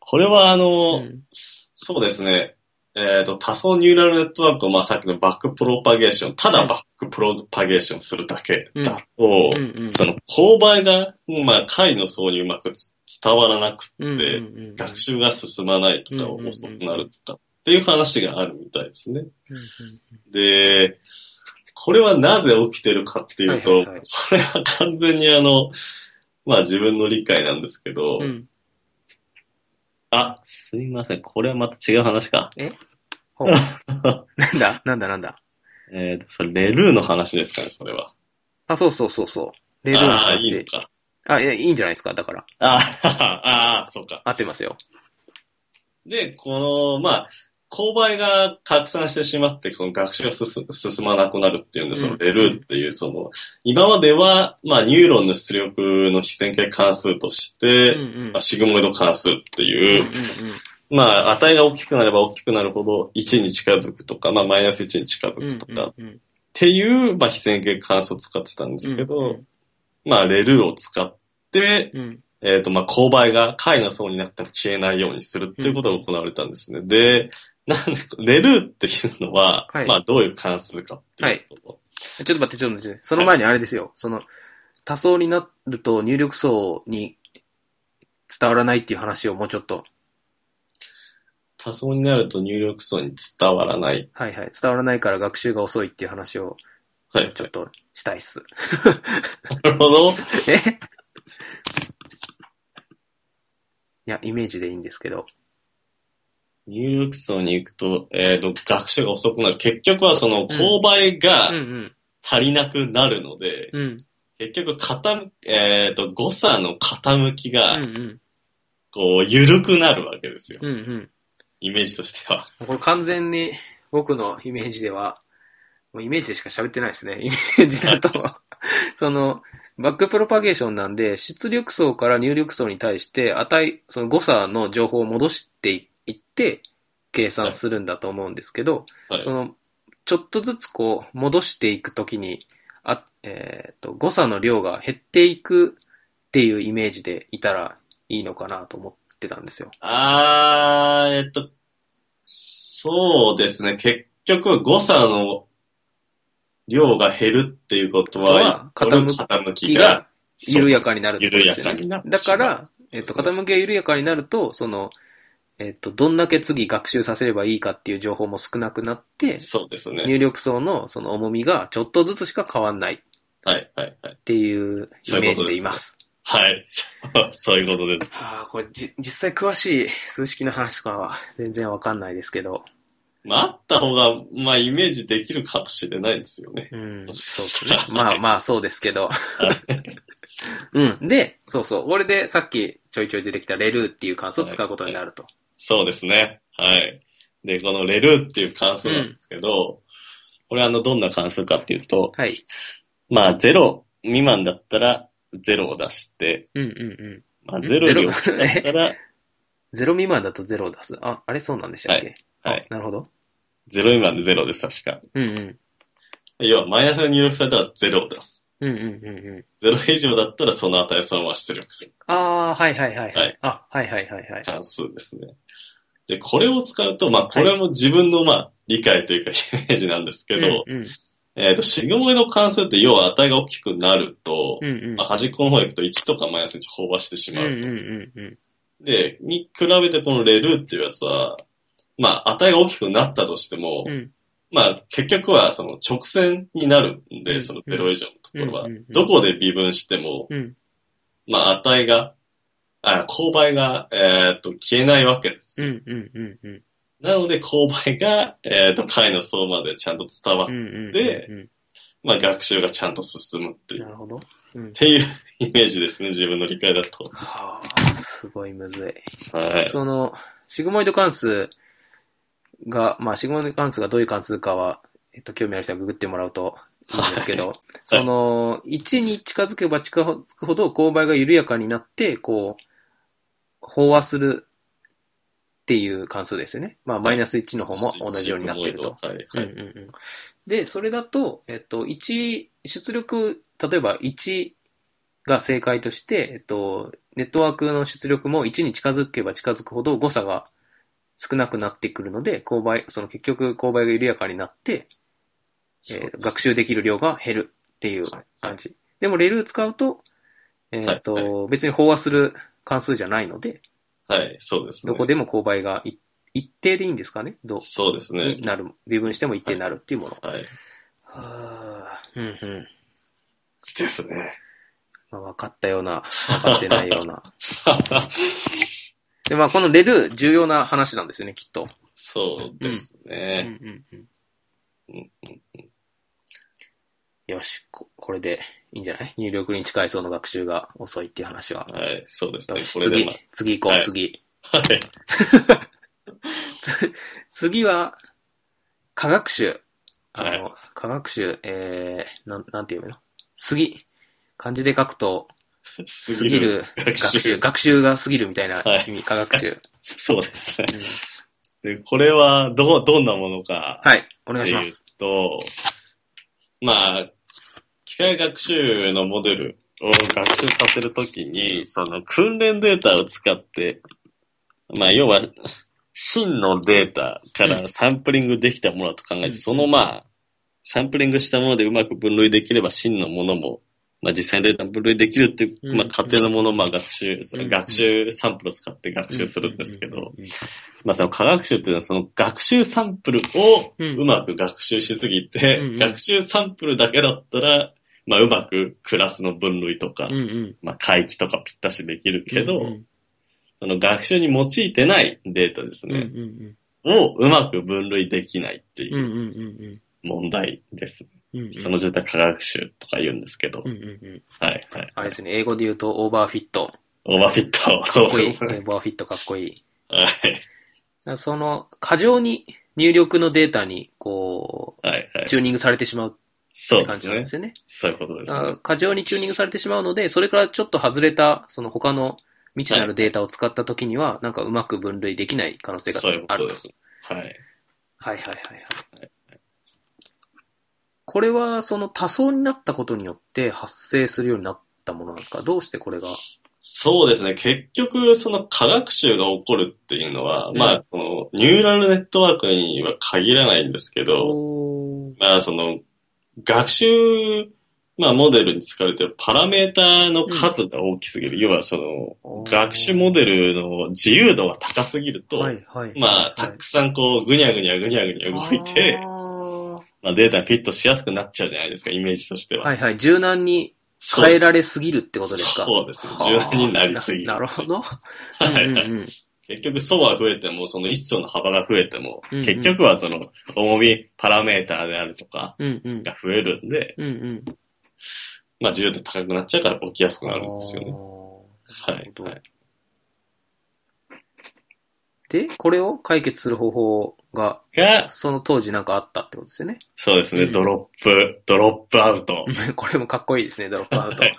Speaker 2: これはあ
Speaker 1: う
Speaker 2: の、
Speaker 1: ん。
Speaker 2: そうですね。えっ、と、多層ニューラルネットワークを、まあさっきのバックプロパゲーション、ただバックプロパゲーションするだけだと、
Speaker 1: うんうん。
Speaker 2: その勾配が、まあ、解の層にうまくつ伝わらなくて、
Speaker 1: うんうんうんうん
Speaker 2: 学習が進まないとか、
Speaker 1: うんうんうん
Speaker 2: 遅くなるとか、っていう話があるみたいですね。
Speaker 1: うんうん
Speaker 2: で、これはなぜ起きてるかっていうと、
Speaker 1: はいはいはい
Speaker 2: これは完全にあの、まあ自分の理解なんですけど、
Speaker 1: うん。
Speaker 2: あ、すいません、これはまた違う話か。
Speaker 1: ほうなんだなんだなんだ
Speaker 2: えっ、と、それ、レルーの話ですかね、それは。
Speaker 1: あ、そうそうそうそう。レールの
Speaker 2: ああー、いいの
Speaker 1: 話。
Speaker 2: か。
Speaker 1: あ、いや、いいんじゃないですか。だから。
Speaker 2: あーあー、そうか。
Speaker 1: 合ってますよ。
Speaker 2: で、この、まあ、勾配が拡散してしまって、この学習が進進まなくなるっていうんで、そ
Speaker 1: うん
Speaker 2: のレルーっていう、その、今までは、まあ、ニューロンの出力の非線形関数とし
Speaker 1: うん
Speaker 2: て、
Speaker 1: うん
Speaker 2: まあ、シグモイド関数っ
Speaker 1: う
Speaker 2: て
Speaker 1: ん
Speaker 2: いうう、
Speaker 1: んうん
Speaker 2: まあ、値が大きくなれば大きくなるほど、1に近づくとか、まあ、マイナス1に近づくとか、っ
Speaker 1: うんうんうん
Speaker 2: ていう、まあ、非線形関数を使ってたんですけど、まあ、レルーを使って、
Speaker 1: うんうん
Speaker 2: えっ、と、まあ、勾配が解の層になったら消えないようにするっていうことが行われたんですね。で、なんで、レルーっていうのは、
Speaker 1: はい
Speaker 2: まあ、どういう関数かっていうこと。
Speaker 1: ちょっと待って、ちょっと待って。その前にあれですよ。その、多層になると入力層に伝わらないっていう話をもうちょっと。
Speaker 2: 多層になると入力層に伝わらない。
Speaker 1: はいはい。伝わらないから学習が遅いっていう話を
Speaker 2: はい
Speaker 1: ち。ょっとしたいっす。
Speaker 2: なるほど。
Speaker 1: えいや、イメージでいいんですけど。
Speaker 2: 入力層に行くと、えっ、と、学習が遅くなる。結局はその勾配
Speaker 1: うんう
Speaker 2: が
Speaker 1: ん。
Speaker 2: 足りなくなるので、
Speaker 1: うん。
Speaker 2: 結局、傾、えっ、と、誤差の傾き
Speaker 1: う
Speaker 2: が、
Speaker 1: んうん。
Speaker 2: こう、緩くなるわけですよ。
Speaker 1: うんうん。
Speaker 2: イメージとしては。
Speaker 1: これ完全に僕のイメージでは、もうイメージでしか喋ってないですね。イメージだと。 その、バックプロパゲーションなんで、出力層から入力層に対して値、その誤差の情報を戻していって、計算するんだと思うんですけど、
Speaker 2: はい
Speaker 1: そ。の、ちょっとずつこう、戻していくときに、あ、えっ、と、誤差の量が減っていくっていうイメージでいたらいいのかなと思ってたんですよ。
Speaker 2: あー、えっと、そうですね。結局、誤差の量が減るっていうことは、
Speaker 1: ことは傾き
Speaker 2: 傾
Speaker 1: 気
Speaker 2: き
Speaker 1: が
Speaker 2: が、
Speaker 1: 緩やかになるってことです
Speaker 2: 緩
Speaker 1: よ
Speaker 2: やかにな
Speaker 1: ね
Speaker 2: っ。て
Speaker 1: だか
Speaker 2: しま
Speaker 1: ら、えっと、傾きが緩やかになると、その、えっと、どんだけ次学習させればいいかっていう情報も少なくなって、
Speaker 2: そうですね。
Speaker 1: 入力層のその重みがちょっとずつしか変わんないっ
Speaker 2: はい、はい、はい。
Speaker 1: ていうイメージでいます。
Speaker 2: はい。 そういうことです。
Speaker 1: はあ、これじ、実際詳しい数式の話とかは 全然わかんないですけど。
Speaker 2: まあ、あった方が、まあ、イメージできるかもしれないですよね。
Speaker 1: うん、
Speaker 2: もし
Speaker 1: そう
Speaker 2: か
Speaker 1: で
Speaker 2: し
Speaker 1: す
Speaker 2: たら
Speaker 1: ね。まあまあ、そうですけど。 うん。で、そうそう。これでさっきちょいちょい出てきたレルーっていう関数を使うことになると。
Speaker 2: そうですね。はい。で、このレルーっていう関数なんですけど、これあの、どんな関数かっていうと、
Speaker 1: はい。
Speaker 2: まあ、0未満だったら、0を出して、
Speaker 1: うんうんうん。
Speaker 2: まあ、
Speaker 1: ん
Speaker 2: 0より大きかったら、
Speaker 1: ゼロ未満だとゼロを出す。あ、あれそうなんでしたっけ
Speaker 2: はいはい
Speaker 1: あなるほど。
Speaker 2: 0未満で0です、確か。
Speaker 1: うんうん。
Speaker 2: 要は、マイナスが入力されたら0を出す。
Speaker 1: うんうんうんうん。
Speaker 2: 0以上だったら、その値をそのまま出力する
Speaker 1: ああー、はいはいはい。
Speaker 2: はい
Speaker 1: あ、はいはいはいはい。
Speaker 2: 関数ですね。で、これを使うと、まあ、これも自分の、まあ、理解というか、イメージなんですけど、
Speaker 1: うんうん
Speaker 2: えっ、と、シグモイの関数って、要は値が大きくなると、
Speaker 1: うんうん
Speaker 2: まあ、端っこの方へ行くと1とかマイナス1飽和してし
Speaker 1: うん
Speaker 2: ま
Speaker 1: う
Speaker 2: う。
Speaker 1: んうんうん。
Speaker 2: で、に比べてこのレルーっていうやつは、まあ、値が大きくなったとしても、
Speaker 1: うん
Speaker 2: まあ、結局はその直線になるん
Speaker 1: う
Speaker 2: で、
Speaker 1: ん
Speaker 2: その0以上のところは
Speaker 1: うんうん。
Speaker 2: どこで微分しても、
Speaker 1: うん
Speaker 2: まあ、値が、あ、勾配が、えーっと、消えないわけです。
Speaker 1: うんうんうんうん。
Speaker 2: なので、勾配が、えーっと、解の層までちゃんと伝わっ
Speaker 1: う
Speaker 2: て、
Speaker 1: んうんうん
Speaker 2: で
Speaker 1: うん
Speaker 2: まあ、学習がちゃんと進むっていう、
Speaker 1: な
Speaker 2: っ
Speaker 1: るほど。うん
Speaker 2: ていうイメージですね、自分の理解だと。
Speaker 1: はあ、すごいむずい。
Speaker 2: はい。
Speaker 1: その、シグモイド関数が、まあ、シグモイド関数がどういう関数かは、えっと、興味ある人はググってもらうといいんですけど、その、1に近づけば近づくほど勾配が緩やかになって、こう、飽和するっていう関数ですよね。まあ、マイナス1の方も同じようになってると。。
Speaker 2: は
Speaker 1: うん
Speaker 2: い、は
Speaker 1: うん
Speaker 2: い。
Speaker 1: うんで、それだと、えっと、1、出力、例えば1が正解として、えっと、ネットワークの出力も1に近づけば近づくほど誤差が少なくなってくるので、勾配、その結局勾配が緩やかになって、えー学習できる量が減るっていう感じ。でも、レルー使うと、えーっと、
Speaker 2: はい
Speaker 1: 別に飽和する関数じゃないので、
Speaker 2: はい、そうですね。
Speaker 1: どこでも勾配がい一定でいいんですかねどう
Speaker 2: そうですね
Speaker 1: に。なる、微分しても一定になるっていうもの。
Speaker 2: はい。
Speaker 1: はあ、うんうん。
Speaker 2: です ね。
Speaker 1: まあ、分かったような、分かってないよう な。で、まあ、このレル、重要な話なんですよね、きっと。
Speaker 2: そうです
Speaker 1: う
Speaker 2: ね。
Speaker 1: んうん
Speaker 2: うん
Speaker 1: よし、ここれでいいんじゃない入力に近い層の学習が遅いっていう話は。
Speaker 2: はい、そうです
Speaker 1: よ
Speaker 2: ね。
Speaker 1: し、
Speaker 2: これで
Speaker 1: 次
Speaker 2: ま、
Speaker 1: 次行こ
Speaker 2: は
Speaker 1: う、
Speaker 2: い
Speaker 1: 次。
Speaker 2: あ、はい。
Speaker 1: つ 次は、科学習。あ
Speaker 2: はい
Speaker 1: の、科学習、えー、なん、なんていうの杉。漢字で書くと、過ぎ る学
Speaker 2: 学習
Speaker 1: 習。学習が過ぎるみたいな
Speaker 2: はい
Speaker 1: 意味、科学習。
Speaker 2: そうですね。
Speaker 1: うん
Speaker 2: で、これは、どう、どんなものか、
Speaker 1: はい、お願い
Speaker 2: っ
Speaker 1: して
Speaker 2: い
Speaker 1: ま
Speaker 2: う
Speaker 1: す。
Speaker 2: と、まあ、機械学習のモデルを学習させるときに、その訓練データを使って、まあ、要は、真のデータからサンプリングできたものと考えて、
Speaker 1: うん
Speaker 2: そのまあ、サンプリングしたものでうまく分類できれば真のものも、まあ実際にデータ分類できるっていう、
Speaker 1: うん
Speaker 2: まあ仮定のものをまあ学習、
Speaker 1: うん
Speaker 2: 学習サンプルを使って学習するんですけど、
Speaker 1: うん。
Speaker 2: まあその科学習っていうのはその学習サンプルを
Speaker 1: うん
Speaker 2: うまく学習しすぎて、
Speaker 1: うんうん
Speaker 2: 学習サンプルだけだったら、まあうまくクラスの分類とか、
Speaker 1: うんうん。
Speaker 2: まあ回帰とかぴったしできるけど、
Speaker 1: うんうん
Speaker 2: その学習に用いてないデータです
Speaker 1: うん
Speaker 2: ね、をうまく分類できないって
Speaker 1: うんう
Speaker 2: いうん
Speaker 1: うんうん
Speaker 2: 問題です。
Speaker 1: うんうん。
Speaker 2: その状態科学習とか言うんですけど、
Speaker 1: うんうんうん。
Speaker 2: はいはい。
Speaker 1: あれですね、英語で言うとオーバーフィット。
Speaker 2: オーバーフィット、
Speaker 1: か
Speaker 2: そ
Speaker 1: っこ
Speaker 2: う
Speaker 1: いい。オ
Speaker 2: ですね。
Speaker 1: ーバーフィットかっこいい。だか
Speaker 2: はい。
Speaker 1: らその、過剰に入力のデータに、こ
Speaker 2: はいは
Speaker 1: う、
Speaker 2: い。
Speaker 1: チューニングされてしまうっ
Speaker 2: そ
Speaker 1: て
Speaker 2: うで
Speaker 1: 感
Speaker 2: す
Speaker 1: じなん
Speaker 2: ね
Speaker 1: で。すよね。
Speaker 2: そういうことですね。
Speaker 1: あ過剰にチューニングされてしまうので、それからちょっと外れた、その他の未知なるデータを使った時には、なんかうまく分類できない可能性が
Speaker 2: そういうこ
Speaker 1: ある
Speaker 2: と
Speaker 1: と
Speaker 2: で。す。はい。
Speaker 1: はいはいはいはい。これは、その多層になったことによって発生するようになったものなんですかどうしてこれが。
Speaker 2: そうですね。結局、その科学習が起こるっていうのは、
Speaker 1: うん
Speaker 2: まあ、そのニューラルネットワークには限らないんですけど、
Speaker 1: おー
Speaker 2: まあ、その、学習、まあ、モデルに使われてるパラメータの数が大きすぎる。要は、その
Speaker 1: お、ー
Speaker 2: 学習モデルの自由度が高すぎると、
Speaker 1: はいはい。
Speaker 2: まあ、たくさんこう、ぐにゃぐにゃぐにゃぐにゃ動いて、
Speaker 1: あー
Speaker 2: まあ、データフィットしやすくなっちゃうじゃないですか、イメージとしては。
Speaker 1: はいはい。柔軟に
Speaker 2: そう
Speaker 1: 変えられすぎるってことですか
Speaker 2: そうです
Speaker 1: はあ
Speaker 2: 柔軟になりすぎる
Speaker 1: ななる ほ ど。
Speaker 2: はい
Speaker 1: うんうん
Speaker 2: はい
Speaker 1: うん
Speaker 2: 結局、層は増えても、その一層の幅が増えても、
Speaker 1: うんうん
Speaker 2: 結局はその、重み、パラメータであるとか、
Speaker 1: うんうん。
Speaker 2: が増えるんで、
Speaker 1: うんうん。
Speaker 2: まあ、自由度高くなっちゃうから起きやすくなるんですよね。
Speaker 1: あー
Speaker 2: はい
Speaker 1: なるほど
Speaker 2: はい
Speaker 1: で、これを解決する方法が、
Speaker 2: が、
Speaker 1: その当時なんかあったってことですよね。
Speaker 2: そうですね、
Speaker 1: うん
Speaker 2: ドロップ、ドロップアウト。
Speaker 1: これもかっこいいですね、ドロップアウト。
Speaker 2: はい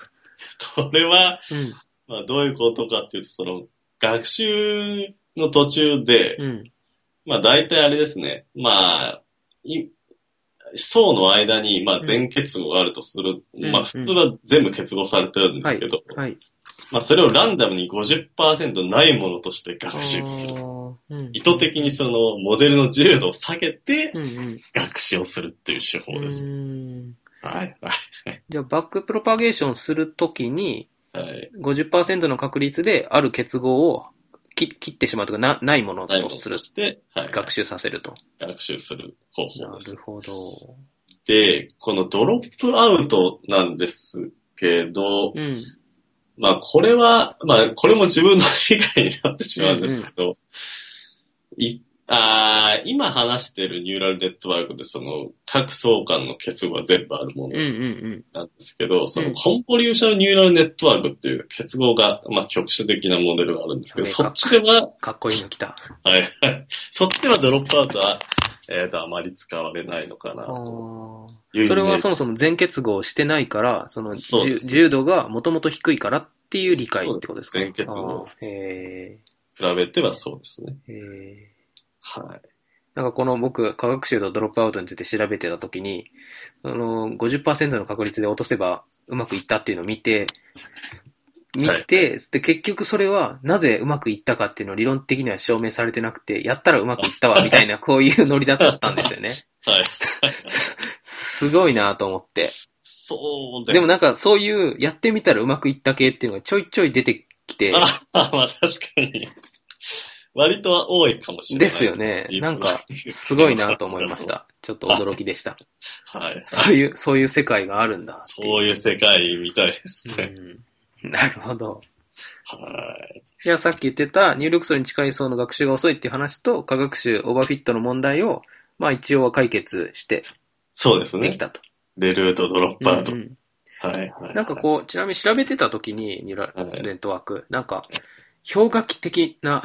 Speaker 2: これは、
Speaker 1: うん。
Speaker 2: まあ、どういうことかっていうと、その、学習の途中で、
Speaker 1: うん。
Speaker 2: まあ、大体あれですね、まあ、い層の間に、まあ、全結合があるとする。
Speaker 1: うん
Speaker 2: ま
Speaker 1: う
Speaker 2: あ、
Speaker 1: ん
Speaker 2: 普通は全部結合されてるんですけど、
Speaker 1: はい。
Speaker 2: まあ、それをランダムに50%ないものとして学習する
Speaker 1: あ。ー。うん
Speaker 2: 意図的にその、モデルの自由度を下げて
Speaker 1: う、んうん。
Speaker 2: 学習をするっていう手法です。
Speaker 1: うーん
Speaker 2: はい、
Speaker 1: じゃあ、バックプロパゲーションするときに、
Speaker 2: はい、はい。
Speaker 1: 50%の確率である結合を切切ってしまうとかな、ないもの
Speaker 2: ないも
Speaker 1: と
Speaker 2: の
Speaker 1: する
Speaker 2: と。して、はい、
Speaker 1: 学習させると。
Speaker 2: 学習する方
Speaker 1: な
Speaker 2: 法です
Speaker 1: る。ほど。
Speaker 2: で、このドロップアウトなんですけど
Speaker 1: う、ん。
Speaker 2: まあこれは、まあこれも自分の理解になってしまうんですけど、いあー今話してるニューラルネットワークでその各相関の結合が全部あるも
Speaker 1: うんう
Speaker 2: の
Speaker 1: ん
Speaker 2: なんですけど、そうの
Speaker 1: ん
Speaker 2: コンポリューションニューラルネットワークっていう結合が、まあ局所的なモデルがあるんですけど、
Speaker 1: やべえ
Speaker 2: そっちでは
Speaker 1: うん。、かっこいいの来た。
Speaker 2: はい、はい そっちではドロップアウトは、えっ、と、あまり使われないのかな
Speaker 1: あ
Speaker 2: と
Speaker 1: ー
Speaker 2: いうイメージ。
Speaker 1: それはそもそも全結合してないから、その
Speaker 2: そうです
Speaker 1: 重度がもともと低いからっていう理解ってことですか
Speaker 2: そうです全結合
Speaker 1: あーへ
Speaker 2: 比べてはそうですね。
Speaker 1: ーへー
Speaker 2: はい。
Speaker 1: なんかこの僕、科学習とドロップアウトについて調べてたときに、あの、50%の確率で落とせばうまくいったっていうのを見て、見て、で、結局それはなぜうまくいったかっていうのを理論的には証明されてなくて、やったらうまくいったわ、みたい な、こういうノリだったんですよね。
Speaker 2: はい。
Speaker 1: すすごいなと思って。
Speaker 2: そうです。
Speaker 1: でもなんか、そういう、やってみたらうまくいった系っていうのがちょいちょい出てきて、
Speaker 2: あ あまあ確かに。割とは多いかもしれな
Speaker 1: で
Speaker 2: い。
Speaker 1: すよね
Speaker 2: い。い
Speaker 1: なんか、すごいなと思いまし。た。ちょっと驚きでした。
Speaker 2: はい。
Speaker 1: そういう、そういう世界があるんだっていう。
Speaker 2: そういう世界みたいですね。
Speaker 1: うんなるほど。
Speaker 2: はい。
Speaker 1: いや、さっき言ってた入力層に近い層の学習が遅いっていう話と、科学習オーバーフィットの問題を、まあ一応は解決して
Speaker 2: そうです
Speaker 1: で
Speaker 2: ね
Speaker 1: き。たと。
Speaker 2: レルートドロップアウト。
Speaker 1: う
Speaker 2: は
Speaker 1: ん
Speaker 2: い
Speaker 1: うん
Speaker 2: はい。
Speaker 1: なんかこう、ちなみに調べてた時に、ニューラ
Speaker 2: はい
Speaker 1: ルネットワーク、なんか、氷河期的な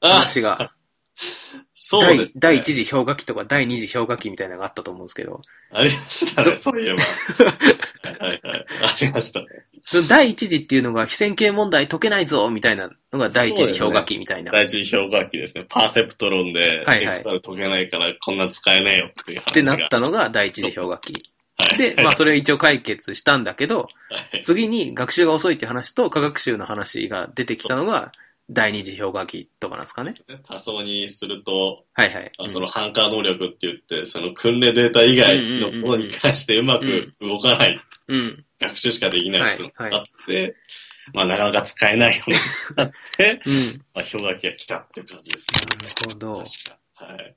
Speaker 2: あ、
Speaker 1: 話が、
Speaker 2: そうです、ね。
Speaker 1: 第第一次氷河期とか第二次氷河期みたいなのがあったと思うんですけど、
Speaker 2: ありましたね、
Speaker 1: ど
Speaker 2: そういえば。はいはいはい。ありましたね。
Speaker 1: その第一次っていうのが非線形問題解けないぞみたいなのが第一次氷河期みたいな。
Speaker 2: 第一次氷河期ですね。パーセプトロンで、
Speaker 1: はい
Speaker 2: エ
Speaker 1: はい
Speaker 2: クサル解けないからこんな使えないよっていう
Speaker 1: っ
Speaker 2: 話
Speaker 1: て
Speaker 2: が。
Speaker 1: なったのが第一次氷河期。
Speaker 2: はい。
Speaker 1: で、まあそれを一応解決したんだけど、
Speaker 2: はい
Speaker 1: 次に学習が遅いっていう話と科学習の話が出てきたのが第二次氷河期とかなんですかね。
Speaker 2: 多層にすると、
Speaker 1: はいはい。
Speaker 2: あその反感能力って言って、その訓練データ以外のものに関してうまく動かない、
Speaker 1: うん。うん。
Speaker 2: 学習しかできないっていうのがあって、まあなかなか使えないよね。
Speaker 1: うん。
Speaker 2: まあ氷河期が来たっていう感じです
Speaker 1: なるほど。
Speaker 2: ね。確か。はい。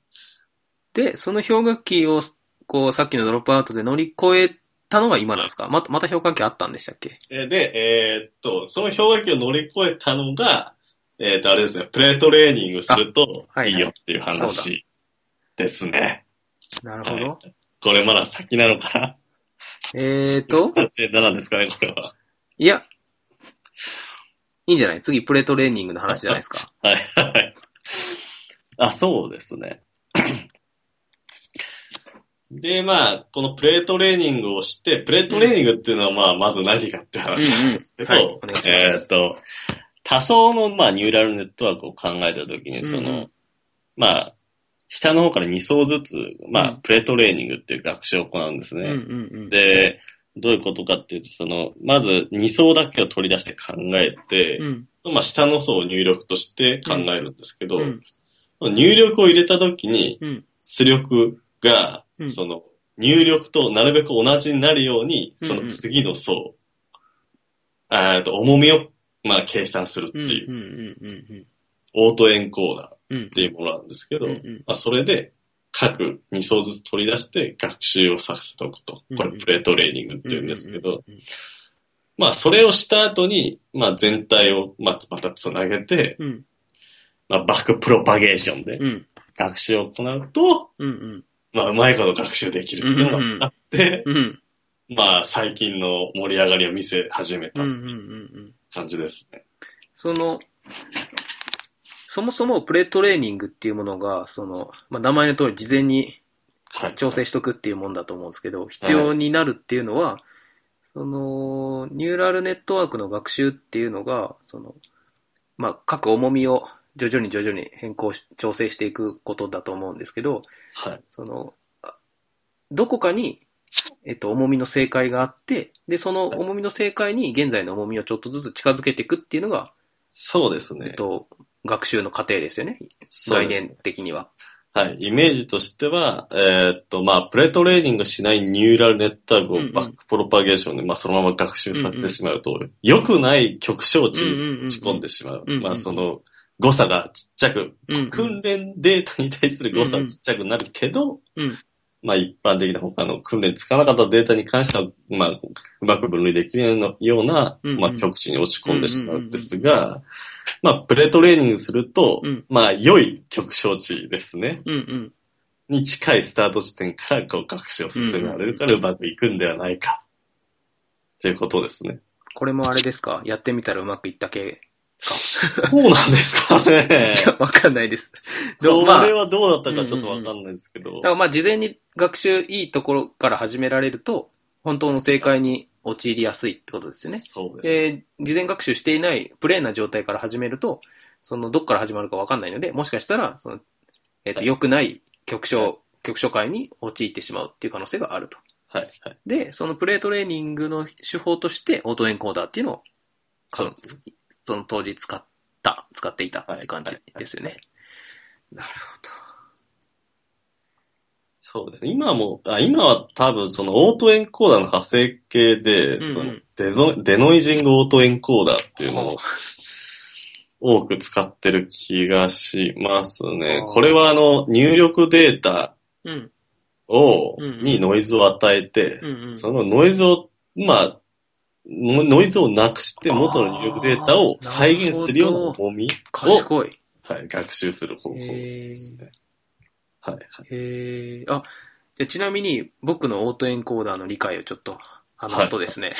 Speaker 1: で、その氷河期を、こう、さっきのドロップアウトで乗り越えたのが今なんですかまた、また氷河期あったんでしたっけ
Speaker 2: えーで、えーっと、その氷河期を乗り越えたのが、えーっと、あれですね、プレートレーニングすると
Speaker 1: あはい
Speaker 2: い
Speaker 1: はい
Speaker 2: いよっていう
Speaker 1: そう
Speaker 2: 話ですね。
Speaker 1: なるほど。
Speaker 2: はこれまだ先なのかな
Speaker 1: えーと、
Speaker 2: ?87 なんですかね、これは。
Speaker 1: いや、いいんじゃない次、プレトレーニングの話じゃないですか。
Speaker 2: はいはい。あ、そうですね。で、まあ、このプレートレーニングをして、プレートレーニングっていうのは、まあ、まず何かって話なんですけど、
Speaker 1: うんうんはいお願いします
Speaker 2: えーっと、多層の、まあ、ニューラルネットワークを考えたときに、その、
Speaker 1: うんうん
Speaker 2: まあ、下の方から2層ずつ、まあ
Speaker 1: う、ん
Speaker 2: プレートレーニングっていう学習を行うん ですね。
Speaker 1: うんうんうん。
Speaker 2: で、どういうことかっていうと、その、まず2層だけを取り出して考えて、
Speaker 1: うん。
Speaker 2: そのまあ、下の層を入力として考えるんですけど、
Speaker 1: うん
Speaker 2: 入力を入れたときに
Speaker 1: うん、
Speaker 2: 出力が、
Speaker 1: うん
Speaker 2: その、入力となるべく同じになるように、
Speaker 1: うん
Speaker 2: その次の層、あーっと重みを、まあ、計算するって
Speaker 1: うんうん
Speaker 2: いう、
Speaker 1: うんうん
Speaker 2: オートエンコーダーっ
Speaker 1: うん。うん
Speaker 2: ていうものなんですけど、
Speaker 1: うんうん
Speaker 2: まあ、それで、各2層ずつ取り出して学習をさせておくと
Speaker 1: う。ん
Speaker 2: これ、プレートレーニングって言うんですけど、
Speaker 1: うんうん
Speaker 2: まあ、それをした後に、まあ、全体を、まあ、またつなげて、
Speaker 1: うん
Speaker 2: まあ、バックプロパゲーションで
Speaker 1: うんうん
Speaker 2: 学習を行うと、
Speaker 1: うん
Speaker 2: まあ、うまいこと学習できるっていうのがあって、
Speaker 1: うんうん
Speaker 2: まあ、最近の盛り上がりを見せ始めた
Speaker 1: うんうんうん。
Speaker 2: 感じですね。
Speaker 1: その、そもそもプレートレーニングっていうものが、その、まあ、名前の通り事前に
Speaker 2: はい。
Speaker 1: 調整しとくっていうもんだと思うんですけど、必要になるっていうのは、その、ニューラルネットワークの学習っていうのが、その、まあ、各重みを徐々に徐々に変更し、調整していくことだと思うんですけど、
Speaker 2: はい。
Speaker 1: その、あどこかに、えっと、重みの正解があって、で、その重みの正解に現在の重みをちょっとずつ近づけていくっていうのが、
Speaker 2: そうです
Speaker 1: えっ
Speaker 2: ね。
Speaker 1: と、学習の過程ですよね。
Speaker 2: そう
Speaker 1: 概
Speaker 2: です
Speaker 1: 念的には。
Speaker 2: はい。イメージとしては、えーっと、まあ、プレートレーニングしないニューラルネットワーク
Speaker 1: うんう
Speaker 2: を
Speaker 1: ん
Speaker 2: バックプロパゲーションで、まあ、そのまま学習させてしまうと、良くない極小値
Speaker 1: うんうんうんう
Speaker 2: に
Speaker 1: ん
Speaker 2: 仕込んでしまう。
Speaker 1: うんうん
Speaker 2: まあ、その、誤差がちっちゃく、
Speaker 1: うん
Speaker 2: 訓練データに対する誤差がちっちゃくなるけど、
Speaker 1: うん。
Speaker 2: まあ一般的な他の訓練つかなかったデータに関しては、まあ、うまく分類できるような、
Speaker 1: うんうん
Speaker 2: まあ局地に落ち込んでしまうんですが、まあプレートレーニングすると、
Speaker 1: うん
Speaker 2: まあ良い局小値ですね。
Speaker 1: うんうん。
Speaker 2: に近いスタート地点からこう学習を進められるからうまくいくんではないか。っていうことです ね。
Speaker 1: これもあれですかやってみたらうまくいった系。
Speaker 2: そうなんですかね
Speaker 1: い。や、 わかんないです。
Speaker 2: これ
Speaker 1: でもまあ、だか
Speaker 2: はどうだったかちょっとわかんないですけど。
Speaker 1: らまあ事前に学習いいところから始められると、本当の正解に陥りやすいってことですよね。
Speaker 2: そうです。
Speaker 1: で、事前学習していないプレーンな状態から始めると、そのどっから始まるかわかんないので、もしかしたら、その、えっ、と、
Speaker 2: はい
Speaker 1: 良くない局所、
Speaker 2: はい
Speaker 1: 局所界に陥ってしまうっていう可能性があると。
Speaker 2: はい、はい。
Speaker 1: で、そのプレートレーニングの手法として、オートエンコーダーっていうのを、そ
Speaker 2: そう
Speaker 1: の
Speaker 2: ですね
Speaker 1: その当時使った、使っていたって感じですよね。なる
Speaker 2: そうですね。今も、あ今は多分そのオートエンコーダーの派生系で、
Speaker 1: うんうん
Speaker 2: そのデゾデノイジングオートエンコーダーっていうの
Speaker 1: ほ
Speaker 2: を多く使ってる気がしますね
Speaker 1: あ。ー
Speaker 2: これはあの入力データ
Speaker 1: ほど。うん。
Speaker 2: を、
Speaker 1: うんうん
Speaker 2: にノイズを与えて、
Speaker 1: うんうん。
Speaker 2: そのノイズを、まあ、ノノイズをなくして元の入力データを再現するような重みを、
Speaker 1: 賢い。
Speaker 2: はい、学習する方法
Speaker 1: へ
Speaker 2: ですね。はい、はい。
Speaker 1: えー、あ、じゃあちなみに僕のオートエンコーダーの理解をちょっと話すとですね、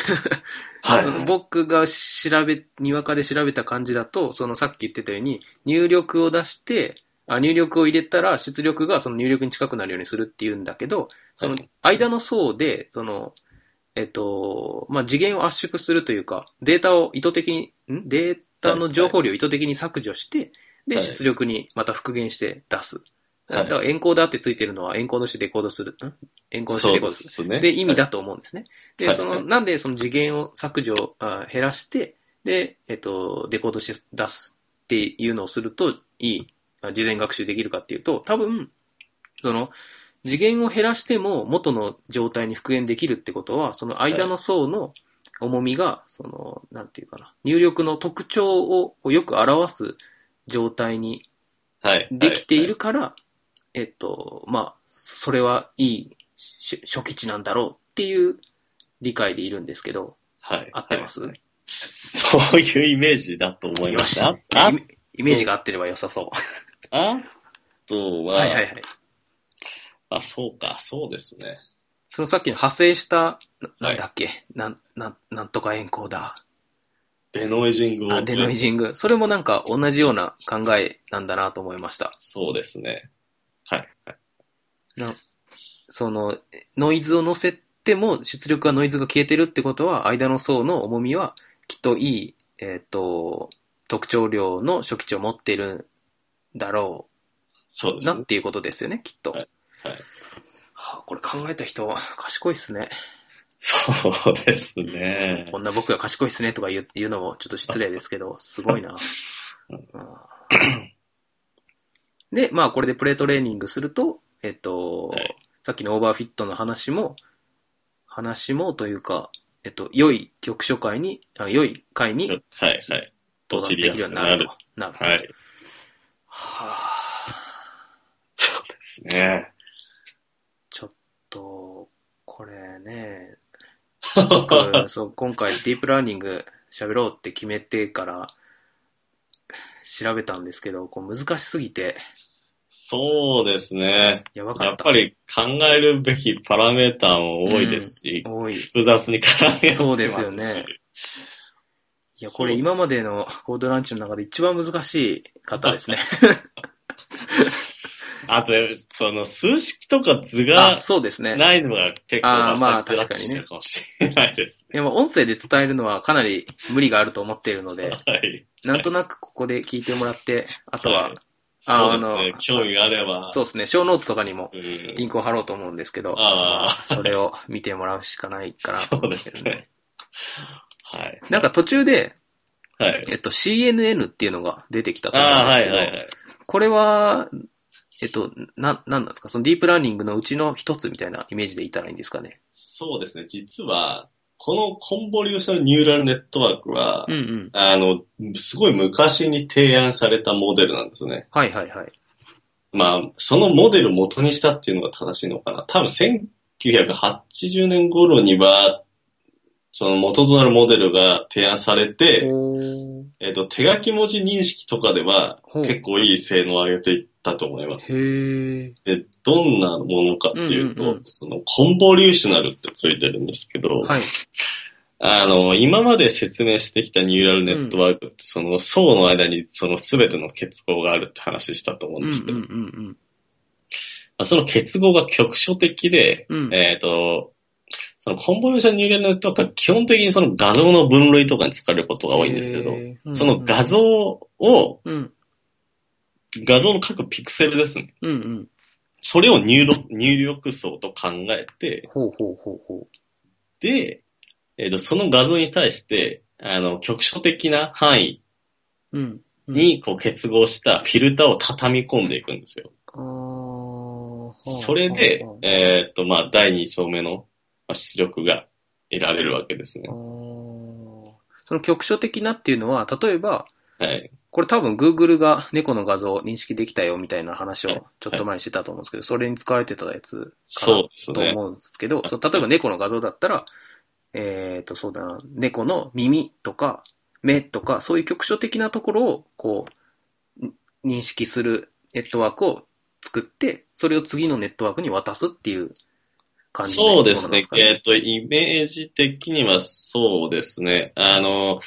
Speaker 2: はい、
Speaker 1: 僕が調べ、にわかで調べた感じだと、そのさっき言ってたように、入力を出して、あ入力を入れたら出力がその入力に近くなるようにするっていうんだけど、その
Speaker 2: は
Speaker 1: 間の層で、その、えっと、まあ、次元を圧縮するというか、データを意図的に、んデータの情報量を意図的に削除して、で、
Speaker 2: はい
Speaker 1: 出力にまた復元して出す。
Speaker 2: はい
Speaker 1: だからエンコーダーってついてるのはエンコードしてデコードする。んエンコードして
Speaker 2: そう
Speaker 1: デコー
Speaker 2: で
Speaker 1: ドする。
Speaker 2: すね。
Speaker 1: で、意味だと思うんです ね。で、
Speaker 2: はい
Speaker 1: そ
Speaker 2: は
Speaker 1: の、
Speaker 2: い
Speaker 1: なんでその次元を削除、あ減らして、で、えっと、デコードして出すっていうのをすると、いい、あ事前学習できるかっていうと、多分、その、次元を減らしても元の状態に復元できるってことは、その間の層の重みが、その、なんていうかな、入力の特徴をこうよく表す状態に
Speaker 2: はい。
Speaker 1: できているから、えっと、まあ、それはいいし初期値なんだろうっていう理解でいるんですけど、
Speaker 2: はい。はい。
Speaker 1: 合ってます、
Speaker 2: はいそういうイメージだと思い
Speaker 1: よ
Speaker 2: ま
Speaker 1: し
Speaker 2: す。ああ
Speaker 1: イメイメージが合ってれば良さそう。
Speaker 2: あとは、
Speaker 1: はいはいはい。
Speaker 2: あ、そうか、そうですね。
Speaker 1: そのさっきの派生した、なな
Speaker 2: は
Speaker 1: ん
Speaker 2: い
Speaker 1: だっけ、なん、なん、なんとかエンコーダ
Speaker 2: デノイジング
Speaker 1: ー。
Speaker 2: を。
Speaker 1: あ、デノイジング。それもなんか同じような考えなんだなと思いました。
Speaker 2: そうですね。はい。
Speaker 1: なその、ノイズを乗せても出力はノイズが消えてるってことは、間の層の重みはきっといい、えっ、と、特徴量の初期値を持ってるんだろ
Speaker 2: そう
Speaker 1: う
Speaker 2: です
Speaker 1: な
Speaker 2: ね
Speaker 1: っ。ていうことですよね、きっと。
Speaker 2: はいはい
Speaker 1: はあこれ考えた人は賢いっすね。
Speaker 2: そうですね。
Speaker 1: こんな僕が賢いっすねとか言う言うのもちょっと失礼ですけ ど、すごいな。うんで、まあこれでプレートレーニングすると、えっと、
Speaker 2: はい
Speaker 1: さっきのオーバーフィットの話も、話もというか、えっと、良い局所会に、あ良い会に
Speaker 2: はい、はい。
Speaker 1: 到達できるようになると。なると。
Speaker 2: はい。
Speaker 1: はあ
Speaker 2: そうですね。
Speaker 1: ちょっと、これね、
Speaker 2: は
Speaker 1: 僕、そう、今回ディープラーニング喋ろうって決めてから、調べたんですけど、こう難しすぎて、
Speaker 2: そうですね。
Speaker 1: やばかった。
Speaker 2: やっぱり考えるべきパラメーターも多いですし、
Speaker 1: 多い。い
Speaker 2: 複雑に絡み合ってますし
Speaker 1: そうですよ ね。や、これ今までのコードランチの中で一番難しい方ですね。
Speaker 2: あと、その数式とか図
Speaker 1: あ、
Speaker 2: が
Speaker 1: そうですね。
Speaker 2: ないのが結構
Speaker 1: あーまあ
Speaker 2: また辛くしてるかもしれないです。
Speaker 1: でも音声で伝えるのはかなり無理があると思っているので、
Speaker 2: はい。
Speaker 1: なんとなくここで聞いてもらって、あとは、
Speaker 2: はい
Speaker 1: あー
Speaker 2: そうですね
Speaker 1: あの。
Speaker 2: 興味があれば。
Speaker 1: そうですね、小ノートとかにも
Speaker 2: うん
Speaker 1: リンクを貼ろうと思うんですけど、
Speaker 2: あ
Speaker 1: それを見てもらうしかないかなと
Speaker 2: そ
Speaker 1: 思う
Speaker 2: う
Speaker 1: ん
Speaker 2: で
Speaker 1: ですけ
Speaker 2: す
Speaker 1: ど
Speaker 2: ね。はい。
Speaker 1: なんか途中で、
Speaker 2: はい。
Speaker 1: えっと、CNN っていうのが出てきたと思
Speaker 2: ああ、
Speaker 1: うん
Speaker 2: は
Speaker 1: ですけ
Speaker 2: いは
Speaker 1: ど、
Speaker 2: いはい。
Speaker 1: これは、えっと、な、なんなんですかそのディープラーニングのうちの一つみたいなイメージでいたらいいんですかね。
Speaker 2: そうですね。実は、このコンボリューションニューラルネットワークは、
Speaker 1: うんうん。
Speaker 2: あの、すごい昔に提案されたモデルなんですね。
Speaker 1: はいはいはい。
Speaker 2: まあ、そのモデルを元にしたっていうのが正しいのかな。多分1980年頃には、その元となるモデルが提案されて、
Speaker 1: ほ
Speaker 2: えっと、手書き文字認識とかでは
Speaker 1: ほう
Speaker 2: 結構いい性能を上げていったと思います。
Speaker 1: ー。へえ。
Speaker 2: で、どんなものかっていうと、
Speaker 1: うんうんうん
Speaker 2: その、コンボリューショナルってついてるんですけど、
Speaker 1: はい。
Speaker 2: あの、今まで説明してきたニューラルネットワークって、その層の間にその全ての結合があるって話したと思
Speaker 1: う
Speaker 2: う
Speaker 1: う
Speaker 2: ん
Speaker 1: ん
Speaker 2: で
Speaker 1: う
Speaker 2: すけど、ま
Speaker 1: ん
Speaker 2: あ、その結合が局所的で、
Speaker 1: うん。うん。
Speaker 2: えっ、と、そのコンボリューションニューラルネットワークは基本的にその画像の分類とかに使われることが多いんですけど、
Speaker 1: へー
Speaker 2: その画像を、
Speaker 1: うん
Speaker 2: 画像の各ピクセルですね。
Speaker 1: うんうん。
Speaker 2: それを入力入力層と考えて、
Speaker 1: ほうほうほうほ
Speaker 2: で、えっ、と、その画像に対して、あの、局所的な範囲
Speaker 1: う。うん。うん、
Speaker 2: に、こう、結合したフィルターを畳み込んでいくんですよ。
Speaker 1: あー
Speaker 2: それで
Speaker 1: は、あ
Speaker 2: えっ、と、まあ、第2層目のまあ出力が得られるわけですね
Speaker 1: あ。ーその局所的なっていうのは、例えば、
Speaker 2: はい。
Speaker 1: これ多分 Google が猫の画像を認識できたよみたいな話をちょっと前にしてたと思うんですけど、それに使われてたやつか
Speaker 2: そうです
Speaker 1: なと
Speaker 2: ね。
Speaker 1: 思うんですけど、そう例えば猫の画像だったら、えっ、と、そうだな、猫の耳とか目とか、そういう局所的なところをこう、に認識するネットワークを作って、それを次のネットワークに渡すっていう感じ
Speaker 2: そうです
Speaker 1: っ
Speaker 2: ね
Speaker 1: て。ことなん
Speaker 2: えっ、と、イメージ的にはそうですね。あの、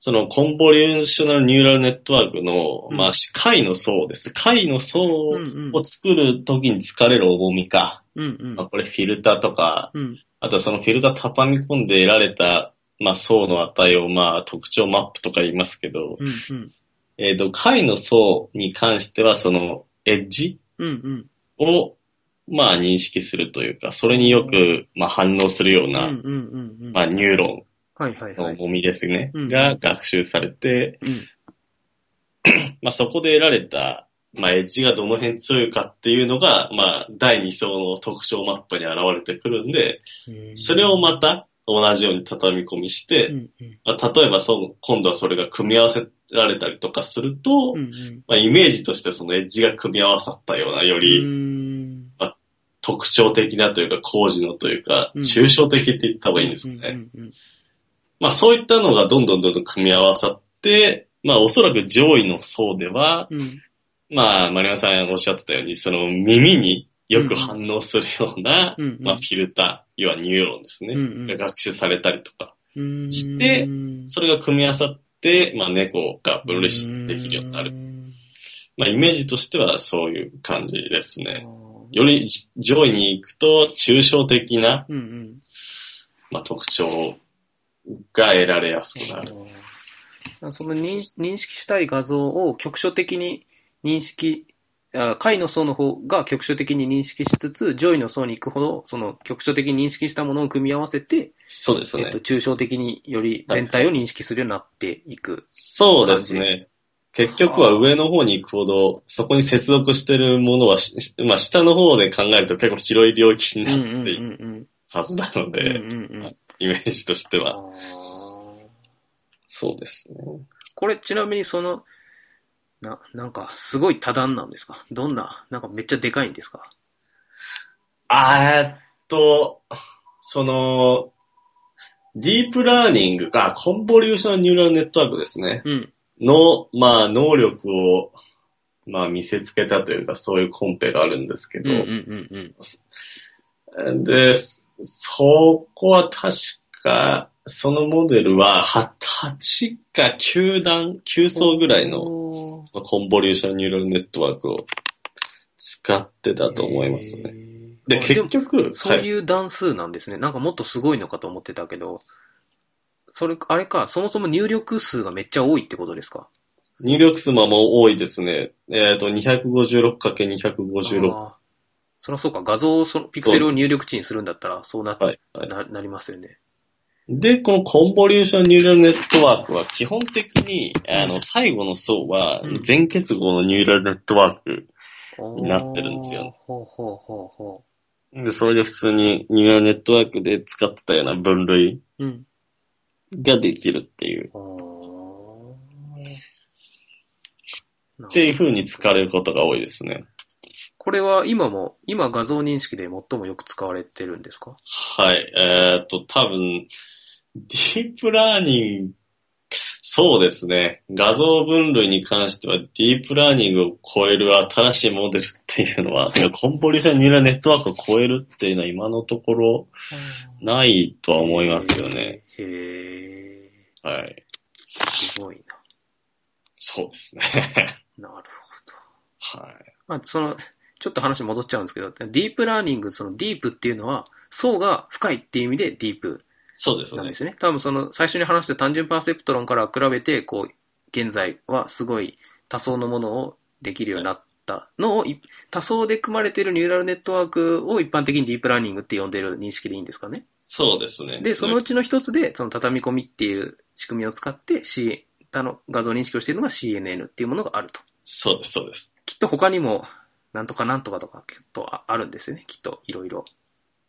Speaker 2: そのコンボリューショナルニューラルネットワークの、
Speaker 1: うん
Speaker 2: まあ、解の層です。解の層を
Speaker 1: うんうん
Speaker 2: を作るときに疲れる重みか。
Speaker 1: うん
Speaker 2: まあ、これフィルターとか、
Speaker 1: うん。うん。
Speaker 2: あとはそのフィルター畳み込んで得られた、まあ、層の値を、まあ、特徴マップとか言いますけど、
Speaker 1: うん。うん。
Speaker 2: えっ、と、解の層に関しては、その、エッジ
Speaker 1: うん。うん。
Speaker 2: を、まあ、認識するというか、それによく、まあ、反応するような、
Speaker 1: うんうんうんうん。
Speaker 2: まあ、ニューロ
Speaker 1: はいはい
Speaker 2: ン
Speaker 1: は
Speaker 2: の
Speaker 1: い。
Speaker 2: 重みですね、
Speaker 1: うん
Speaker 2: が学習されて、
Speaker 1: うん
Speaker 2: まあ、そこで得られた、まあ、エッジがどの辺強いかっていうのが、まあ、第2層の特徴マップに現れてくるんで、それをまた同じように畳み込みし
Speaker 1: う
Speaker 2: て、
Speaker 1: んうん
Speaker 2: まあ、例えばそう今度はそれが組み合わせられたりとかすると、
Speaker 1: うんうん
Speaker 2: まあ、イメージとしてそのエッジが組み合わさったような、よ
Speaker 1: う
Speaker 2: り
Speaker 1: ん
Speaker 2: 特徴的なというか、工事のというか、
Speaker 1: うん
Speaker 2: 抽象的って言った方がいいんですかね。
Speaker 1: うんうんうん
Speaker 2: まあそういったのがどんどんどんどん組み合わさって、まあおそらく上位の層では、
Speaker 1: うん
Speaker 2: まあ丸山さんがおっしゃってたように、その耳によく反応するような、
Speaker 1: うんうん
Speaker 2: まあフィルター、要はニューロンですね、
Speaker 1: うんうん
Speaker 2: が学習されたりとか、
Speaker 1: うん
Speaker 2: して
Speaker 1: うん
Speaker 2: それが組み合わさって、まあ猫が分類できるようになる。
Speaker 1: うん
Speaker 2: まあイメージとしてはそういう感じですね。
Speaker 1: あー
Speaker 2: より上位に行くと、抽象的な、
Speaker 1: うんうん。
Speaker 2: まあ、特徴が得られやすくなる。
Speaker 1: あその認認識したい画像を局所的に認識、あ下位の層の方が局所的に認識しつつ、上位の層に行くほど、その局所的に認識したものを組み合わせて、
Speaker 2: そうです
Speaker 1: え
Speaker 2: ね。
Speaker 1: っと、抽象的により全体を認識するようになっていく。
Speaker 2: そうですね。結局は上の方に行くほど、そこに接続してるものはし、しまあ下の方で考えると結構広い領域に
Speaker 1: うん
Speaker 2: なっ
Speaker 1: うん
Speaker 2: て
Speaker 1: う
Speaker 2: いく
Speaker 1: ん
Speaker 2: はずなの
Speaker 1: うん。うん
Speaker 2: で、
Speaker 1: うんうん
Speaker 2: イメージとしては。
Speaker 1: あー
Speaker 2: そうですね。
Speaker 1: これちなみにその、な、なんかすごい多段なんですかどんな、なんかめっちゃでかいんですか
Speaker 2: あーっと、その、ディープラーニングが、コンボリューションニューラルネットワークですね。
Speaker 1: うん。
Speaker 2: の、まあ、能力を、まあ、見せつけたというか、そういうコンペがあるんですけ
Speaker 1: う
Speaker 2: ど、
Speaker 1: んうんうんうん。
Speaker 2: で、そそこは確か、そのモデルは、は8か9段、9層ぐらいの
Speaker 1: の
Speaker 2: まあコンボリューションニューラルネットワークを使ってたと思いますね。
Speaker 1: ね
Speaker 2: で、結局、
Speaker 1: そう
Speaker 2: はい、
Speaker 1: いう段数なんですね。なんかもっとすごいのかと思ってたけど、それ、あれか、そもそも入力数がめっちゃ多いってことですか
Speaker 2: 入力数も多いですね。えっ、と、256×256。
Speaker 1: あーそりゃそうか、画像をその、ピクセルを入力値にするんだったら、そうなっ、
Speaker 2: はい、はい。
Speaker 1: な、なりますよね。
Speaker 2: で、このコンボリューションニューラルネットワークは基本的に、あの、最後の層は
Speaker 1: うん
Speaker 2: 全結合のニューラルネットワークな
Speaker 1: な
Speaker 2: ってるんですよ。
Speaker 1: ほうほうほうほ
Speaker 2: で、それで普通にニューラルネットワークで使ってたような分類
Speaker 1: う。うん。
Speaker 2: ができるっていう、
Speaker 1: あーな
Speaker 2: っていう
Speaker 1: るほど
Speaker 2: 風に使われることが多いですね。
Speaker 1: これは今も、今画像認識で最もよく使われてるんですか
Speaker 2: はい。えーっと、多分、ディープラーニング、そうですね。画像分類に関しては、ディープラーニングを超える新しいモデルっていうのは、てかコンボリューションニューラルネットワークを超えるっていうのは今のところないとは思いますよね。。
Speaker 1: へえ、
Speaker 2: はい。
Speaker 1: すごい
Speaker 2: そうですね。
Speaker 1: な。なるほど。
Speaker 2: は
Speaker 1: まあ、その、ちょっと話戻っちゃうんですけど、ディープラーニング、そのディープっていうのは、層が深いっていう意味でディープ
Speaker 2: い。そうです
Speaker 1: なん
Speaker 2: ね
Speaker 1: で。すね。多分その最初に話した単純パーセプトロンから比べて、こう、現在はすごい多層のものをできるようになったのを、い多層で組まれているニューラルネットワークを一般的にディープラーニングって呼んでる認識でいいんですかね。
Speaker 2: そうですね。
Speaker 1: で、そのうちの一つで、その畳み込みっていう仕組みを使って、C、他の画像認識をしているのが CNN っていうものがあると。
Speaker 2: そうです、そうです。
Speaker 1: きっと他にも、なんとかなんとかとか、きっとああるんですよね。きっと、いろいろ。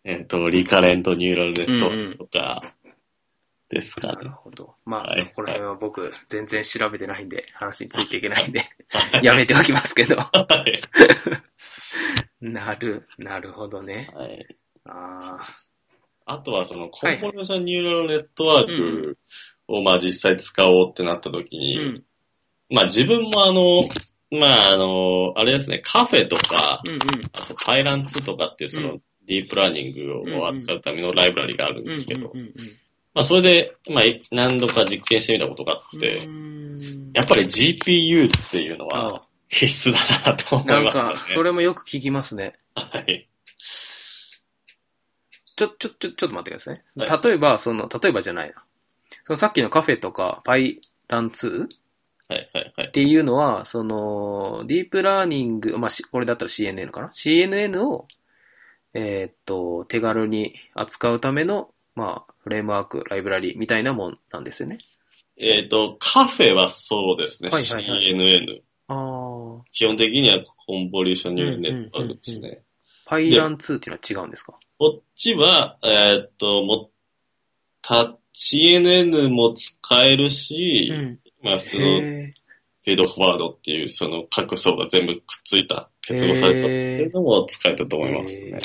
Speaker 2: えーっと、リカレントニューラルネットワークとか、ですか
Speaker 1: な
Speaker 2: ね
Speaker 1: る。ほど。まあ、
Speaker 2: はい
Speaker 1: そこら辺は僕、全然調べてないんで、話についていけないんで、
Speaker 2: は い
Speaker 1: やめておきますけど。
Speaker 2: はい
Speaker 1: なる、なるほどね。
Speaker 2: はい。
Speaker 1: ああ、
Speaker 2: あとはそのコ
Speaker 1: はい
Speaker 2: ンポーションニューラルネットワークをまあ実際使おうってなった時
Speaker 1: う
Speaker 2: に、
Speaker 1: ん、
Speaker 2: まあ自分もあの、まああの、あれですね、カフェとか、
Speaker 1: うん、
Speaker 2: あとパイラン2とかっていうそうのディープラーニングを扱うためのライブラリがあるん
Speaker 1: うん。
Speaker 2: ですけど、
Speaker 1: うん、うん、
Speaker 2: まあそれで、まあい何度か実験してみたことがあ
Speaker 1: うん。
Speaker 2: って、
Speaker 1: うん
Speaker 2: やっぱり GPU っていうの
Speaker 1: あ
Speaker 2: は必須だなと思
Speaker 1: ないん
Speaker 2: ました
Speaker 1: か
Speaker 2: ね。、
Speaker 1: それもよく聞きますね。
Speaker 2: はい。
Speaker 1: ちょ、ちょ、ちょ、ちょっと待ってくださいね。
Speaker 2: は
Speaker 1: 例えば、その、例えばじゃないな。そのさっきのカフェとか、パイラン 2?
Speaker 2: はいはいは
Speaker 1: っ
Speaker 2: い。
Speaker 1: ていうのは、その、ディープラーニング、まあ、しこれだったら CNN かな ?CNN を、えーっと、手軽に扱うための、まあ、フレームワーク、ライブラリみたいなもんなんですよね。
Speaker 2: えっ、と、カフェはそうですね、
Speaker 1: はいはいはい
Speaker 2: CNN。
Speaker 1: ああ。
Speaker 2: 基本的にはコンボリューションニューラルネットワークです
Speaker 1: うん
Speaker 2: ね。
Speaker 1: パイラン2っていうのは違うんですか
Speaker 2: こっちは、えーっと、も、た、CNN も使えるし、
Speaker 1: ん。
Speaker 2: まあ、普通のフ
Speaker 1: へ
Speaker 2: ィードフォワードっていう、その各層が全部くっついた、結合されたっていうのも使えたと思いますね。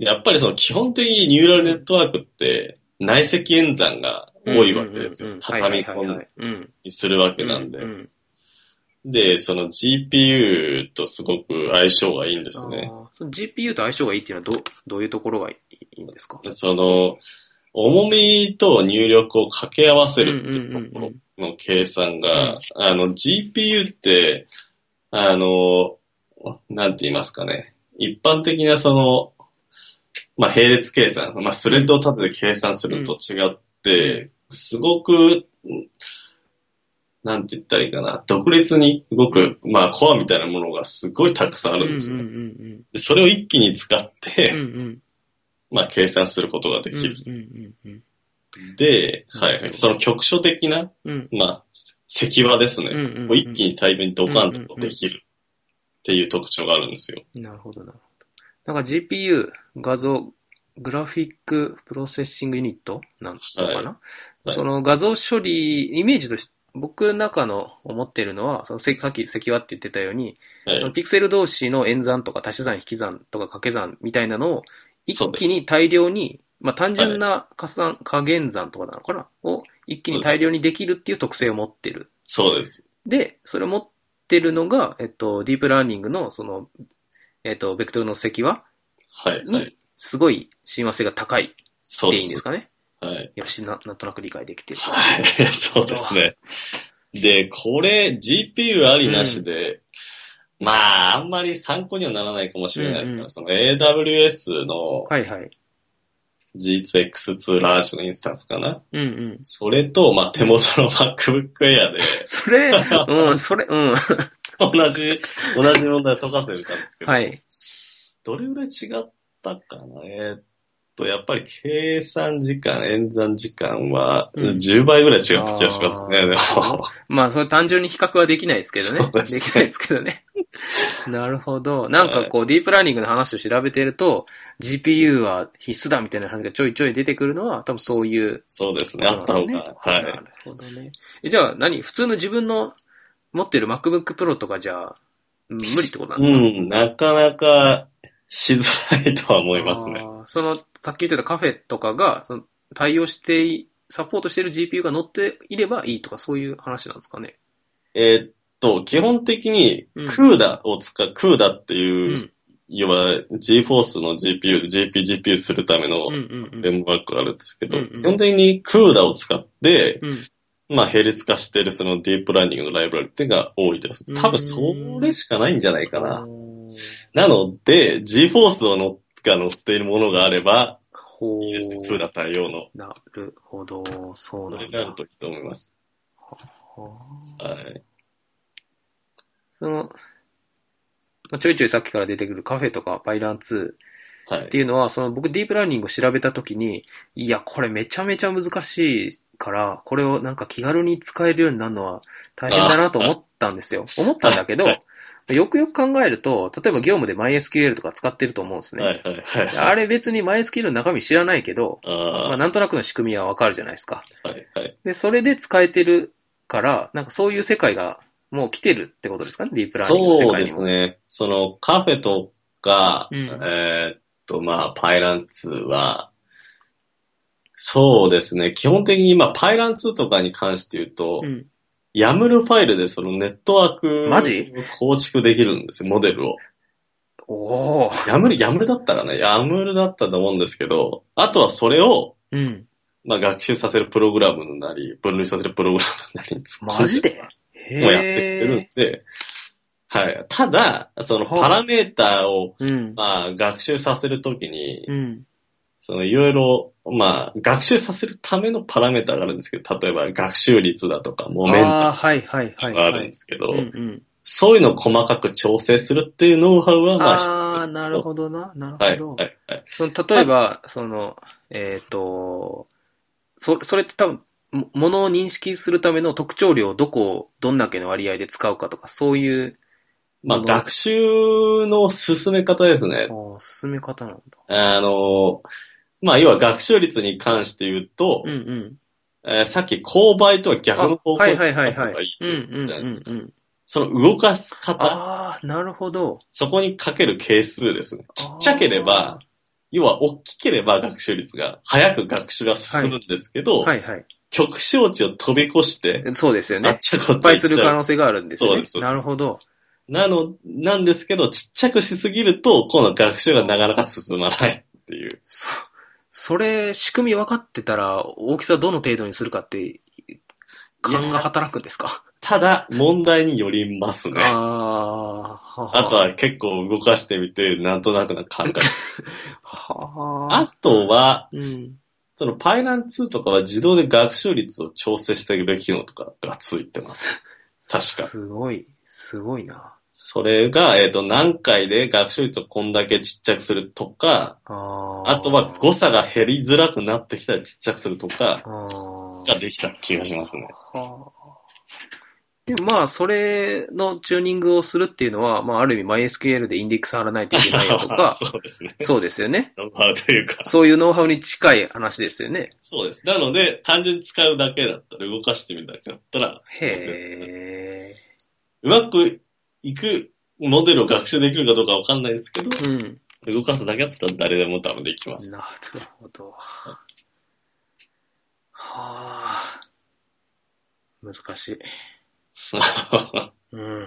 Speaker 2: やっぱりその基本的にニューラルネットワークって、内積演算が多いわけですよ。畳み込み
Speaker 1: ん
Speaker 2: にするわけなんで。
Speaker 1: ううん
Speaker 2: で、その GPU とすごく相性がいいんですね。
Speaker 1: あーその GPU と相性がいいっていうのはど、どういうところがいいんですか
Speaker 2: その、重みと入力を掛け合わせるっていうところの計算が、あの、GPU って、あの、なんて言いますかね。一般的なその、まあ、並列計算、まあ、スレッドを立てて計算すると違って、すごく、なんて言ったらいいかな、独立に動く、まあ、コアみたいなものがすごいたくさんあるんですね。
Speaker 1: うんうん
Speaker 2: でそれを一気に使
Speaker 1: うんう
Speaker 2: っ
Speaker 1: ん。う
Speaker 2: て、
Speaker 1: んうん
Speaker 2: まあ、計算することがで
Speaker 1: うん
Speaker 2: きる。
Speaker 1: うんうん
Speaker 2: で、は
Speaker 1: なるほ
Speaker 2: い、
Speaker 1: ど
Speaker 2: その局所的な、
Speaker 1: うん。
Speaker 2: まあ、石場ですね。
Speaker 1: うんうんうん
Speaker 2: もう一気に対面ドカンとできるっていう特徴があるんですよ。
Speaker 1: なるほどなるほど。なんか GPU、画像、グラフィックプロセッシングユニットなのかな、
Speaker 2: はい
Speaker 1: その画像処理、イメージとして、僕の中の思ってるのは、そのせさっき赤和って言ってたように、
Speaker 2: はい。
Speaker 1: ピクセル同士の演算とか足し算引き算とか掛け算みたいなのを
Speaker 2: そ
Speaker 1: 一
Speaker 2: うです
Speaker 1: 気に大量に、まあ単純な加算、加減算とかなのかなを一気に大量にできるっていう特性を持ってる。
Speaker 2: そうです。
Speaker 1: で、それを持ってるのが、えっと、ディープラーニングのその、えっと、ベクトルの積和
Speaker 2: はい。はい、
Speaker 1: にすごい親和性が高いっ
Speaker 2: そう
Speaker 1: て
Speaker 2: です。
Speaker 1: いいんですかね
Speaker 2: はい。
Speaker 1: よし、な、なんとなく理解できてる。
Speaker 2: はい。 そうですね。で、これ、GPU ありなしで、まあ、あんまり参考にはならないかもしれないですけど、
Speaker 1: うんうん
Speaker 2: その AWS の
Speaker 1: はいはい。
Speaker 2: G2X2 ラージのインスタンスかな。
Speaker 1: うんうん。
Speaker 2: それと、まあ、手元の MacBook Air で、
Speaker 1: そ れ、うん、それ、うん。
Speaker 2: 同じ、同じ問題を解かせたんですけど、
Speaker 1: はい。
Speaker 2: どれぐらい違ったかなえーっと、やっぱり計算時間、演算時間は
Speaker 1: うん
Speaker 2: 10倍ぐらい違った気がしますね、
Speaker 1: あー
Speaker 2: でも。
Speaker 1: まあ、それ単純に比較はできないですけどね。
Speaker 2: そう
Speaker 1: で
Speaker 2: ですね
Speaker 1: きないですけどね。 なるほど。なんかこう、ディープラーニングの話を調べてると、GPU は必須だみたいな話がちょいちょい出てくるのは、多分そういう。
Speaker 2: そうですね、あったのが。は。
Speaker 1: ないるほどね。えじゃあ何、普通の自分の持ってる MacBook Pro とかじゃあ、うん無理ってことなんで
Speaker 2: う
Speaker 1: すか、
Speaker 2: ん、なかなかしづらいとは思いますね。
Speaker 1: あーその、さっき言ってたカフェとかが、その対応してい、サポートしてる GPU が載っていればいいとか、そういう話なんですかね。
Speaker 2: えーっと、基本的に
Speaker 1: うん
Speaker 2: CUDA を使う、CUDA って
Speaker 1: うん。う
Speaker 2: い
Speaker 1: ん
Speaker 2: う、要は GForce の GPU、GP、GPU するための
Speaker 1: うん
Speaker 2: フ
Speaker 1: う
Speaker 2: レ
Speaker 1: ん。
Speaker 2: ームワークがあるんですけど、
Speaker 1: うんうん
Speaker 2: 基本的に CUDA を使って、
Speaker 1: うん。
Speaker 2: まあ、並列化してるそのディープラーニングのライブラリっていうのが多いです
Speaker 1: う。ん
Speaker 2: 多分それしかないんじゃないかな。
Speaker 1: うん
Speaker 2: なので、GForce をのが乗っているものがあれば、
Speaker 1: ほう。
Speaker 2: いいですね。フーダ対応の。
Speaker 1: なるほど、そ
Speaker 2: そう
Speaker 1: な
Speaker 2: れ
Speaker 1: ん
Speaker 2: がある
Speaker 1: だ。
Speaker 2: といいと思います。
Speaker 1: はあ
Speaker 2: はい。
Speaker 1: その、まあちょいちょいさっきから出てくるカフェとかパイラン2
Speaker 2: は
Speaker 1: って
Speaker 2: い。
Speaker 1: いうのは、その僕ディープラーニングを調べたときに、いや、これめちゃめちゃ難しいから、これをなんか気軽に使えるようになるのは大変だなと思ったんですよ。思ったんだけど、よくよく考えると、例えば業務で MySQL とか使ってると思うんですね。
Speaker 2: はいはいはい。
Speaker 1: あれ別に MySQL の中身知らないけど、
Speaker 2: あ
Speaker 1: まあ、
Speaker 2: あ
Speaker 1: なんとなくの仕組みはわかるじゃないですか。
Speaker 2: ー、はいはい。
Speaker 1: で、それで使えてるから、なんかそういう世界がもう来てるってことですかね、ディープラーニングの世
Speaker 2: そう
Speaker 1: 界
Speaker 2: で
Speaker 1: にも。
Speaker 2: すね。そのカフェとか、
Speaker 1: うん
Speaker 2: えーっと、まあ、パイラン2は、そうですね。基本的に、まあ、パイラン2とかに関して言うと、
Speaker 1: うん。
Speaker 2: ヤムルファイルでそのネットワーク
Speaker 1: マジ
Speaker 2: を構築できるんですよ、モデルを。
Speaker 1: おー。
Speaker 2: ヤムル、ヤムルだったかなヤムルだったと思うんですけど、あとはそれを、
Speaker 1: うん。
Speaker 2: まあ、学習させるプログラムなり、分類させるプログラムなりに使
Speaker 1: マジでへ
Speaker 2: もうやってくれるんで、はい。ただ、その
Speaker 1: はあ
Speaker 2: パラメーターを、
Speaker 1: うん。
Speaker 2: まあ、学習させるときに、
Speaker 1: うん。
Speaker 2: そのいろいろ、まあ、学習させるためのパラメーターがあるんですけど、例えば学習率だとか、モメン
Speaker 1: ああ、
Speaker 2: タ
Speaker 1: はいはいは
Speaker 2: ム
Speaker 1: い、
Speaker 2: があ
Speaker 1: は
Speaker 2: るん
Speaker 1: い
Speaker 2: で。すけど、
Speaker 1: うんうん。
Speaker 2: そういうのを細かく調整するっていうノウハウは、まあ、必要
Speaker 1: あ
Speaker 2: で
Speaker 1: あー、
Speaker 2: すけど。
Speaker 1: なるほどな。なるほど。
Speaker 2: はい、はい、はい。
Speaker 1: その例えば、その、えっ、と、そそれって多分、もものを認識するための特徴量をどこをどんだけの割合で使うかとか、そういう、
Speaker 2: まあ、
Speaker 1: うん
Speaker 2: 学習の進め方ですね
Speaker 1: あ。ー進め方なんだ。
Speaker 2: あの、まあ、要は学習率に関して言うと、
Speaker 1: うんうん。
Speaker 2: えーさっき勾配とは逆の方向
Speaker 1: はい
Speaker 2: に
Speaker 1: はいはい
Speaker 2: 出せ
Speaker 1: は
Speaker 2: ばい
Speaker 1: い
Speaker 2: い。
Speaker 1: うん
Speaker 2: っ
Speaker 1: う
Speaker 2: て言っ
Speaker 1: ん
Speaker 2: たじゃな
Speaker 1: う
Speaker 2: いです
Speaker 1: ん
Speaker 2: か。
Speaker 1: うん。
Speaker 2: その動かす方、
Speaker 1: ああ、なるほど。
Speaker 2: そこにかける係数ですね。ちっちゃければ、要は大きければ学習率が、早く学習が進むんですけど、
Speaker 1: はいはい。
Speaker 2: 極小値を飛び越して、
Speaker 1: そうですよ
Speaker 2: あっ
Speaker 1: ね。
Speaker 2: ちゃ
Speaker 1: 失
Speaker 2: こっちゃ行
Speaker 1: 敗
Speaker 2: っ
Speaker 1: する
Speaker 2: ち
Speaker 1: 可
Speaker 2: ゃう。
Speaker 1: 能性があるんですよ
Speaker 2: そう
Speaker 1: ね
Speaker 2: ですそう。です
Speaker 1: なるほど。
Speaker 2: なの、なんですけど、ちっちゃくしすぎると、今度学習がなかなか進まないっていう。
Speaker 1: そ、それ、仕組み分かってたら、大きさどの程度にするかって、勘が働くんですか
Speaker 2: ただ、問題によりますね。
Speaker 1: あ
Speaker 2: あ
Speaker 1: あ、は
Speaker 2: とは結構動かしてみて、なんとなくな感覚。
Speaker 1: はあ。
Speaker 2: あとは、
Speaker 1: うん。
Speaker 2: そのパイラン2とかは自動で学習率を調整してくれる機能とかがついてます。確か
Speaker 1: すごい、すごいな。
Speaker 2: それが、えっ、と、何回で学習率をこんだけちっちゃくするとか、
Speaker 1: ああ。
Speaker 2: あとは誤差が減りづらくなってきたらちっちゃくするとか、
Speaker 1: ああ
Speaker 2: が。できた気がしますね。
Speaker 1: はあ。でもまあ、それのチューニングをするっていうのは、まあ、ある意味 MySQL でインデックス貼らないといけないよとか、
Speaker 2: そうですね。
Speaker 1: そうですよね。
Speaker 2: ノウハウというか。
Speaker 1: そういうノウハウに近い話ですよね。
Speaker 2: そうです。なので、単純に使うだけだったら、動かしてみるだけだったら、
Speaker 1: へえ。
Speaker 2: うまくいくモデルを学習できるかどうかわかんないですけど、
Speaker 1: うん。
Speaker 2: 動かすだけだったら誰でも多分できます。
Speaker 1: なるほど。はあ。難しい。うん。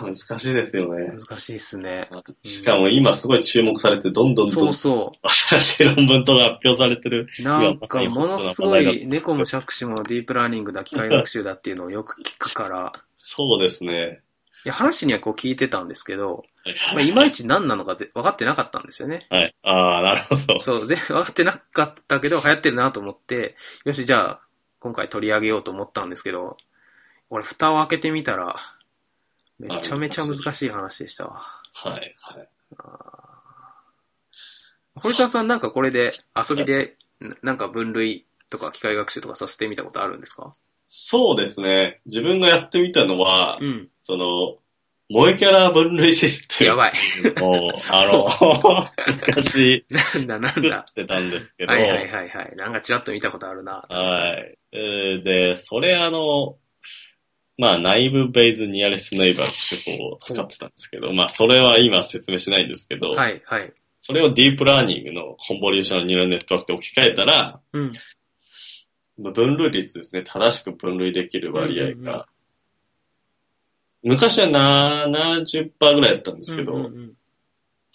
Speaker 2: 難しいですよね。
Speaker 1: 難しいっすね。
Speaker 2: しかも今すごい注目されて、どんどんどん
Speaker 1: そ
Speaker 2: ど
Speaker 1: うんそ
Speaker 2: 新しい論文とか発表されてる。
Speaker 1: う。なんか、ものすごい、猫もシャクシもディープラーニングだ、機械学習だっていうのをよく聞くから、
Speaker 2: そうですね。
Speaker 1: いや話にはこう聞いてたんですけど、まあ、
Speaker 2: はいい。
Speaker 1: まいち何なのかぜ分かってなかったんですよね。
Speaker 2: はい、ああ、なるほ ど。
Speaker 1: そう、全分かってなかったけど、流行ってるなと思って、よし、じゃあ、今回取り上げようと思ったんですけど、俺、蓋を開けてみたら、めちゃめちゃ難しい話でしたわ。
Speaker 2: はい、はい。
Speaker 1: 堀田さんなんかこれで遊びで、ななんか分類とか機械学習とかさせてみたことあるんですか
Speaker 2: そうですね。自分がやってみたのは、
Speaker 1: うん。
Speaker 2: その、萌えキャラ分類システム。
Speaker 1: やばい。
Speaker 2: もう、あの、昔
Speaker 1: なんだなん
Speaker 2: 作
Speaker 1: だ
Speaker 2: っ。てたんですけ ど、
Speaker 1: はいはいはいはい。なんかちらっと見たことあるな。
Speaker 2: はいえーで、それあの、まあ、内部ベイズニアレストネイバーって手法を使ってたんですけど、まあ、それは今説明しないんですけど、
Speaker 1: はいはい。
Speaker 2: それをディープラーニングのコンボリューションのニューラルネットワークで置き換えたら、
Speaker 1: うん。
Speaker 2: 分類率ですね、正しく分類できる割合が、
Speaker 1: うんうんうん
Speaker 2: 昔は70%ぐらいだったんですけど、
Speaker 1: うんうんうん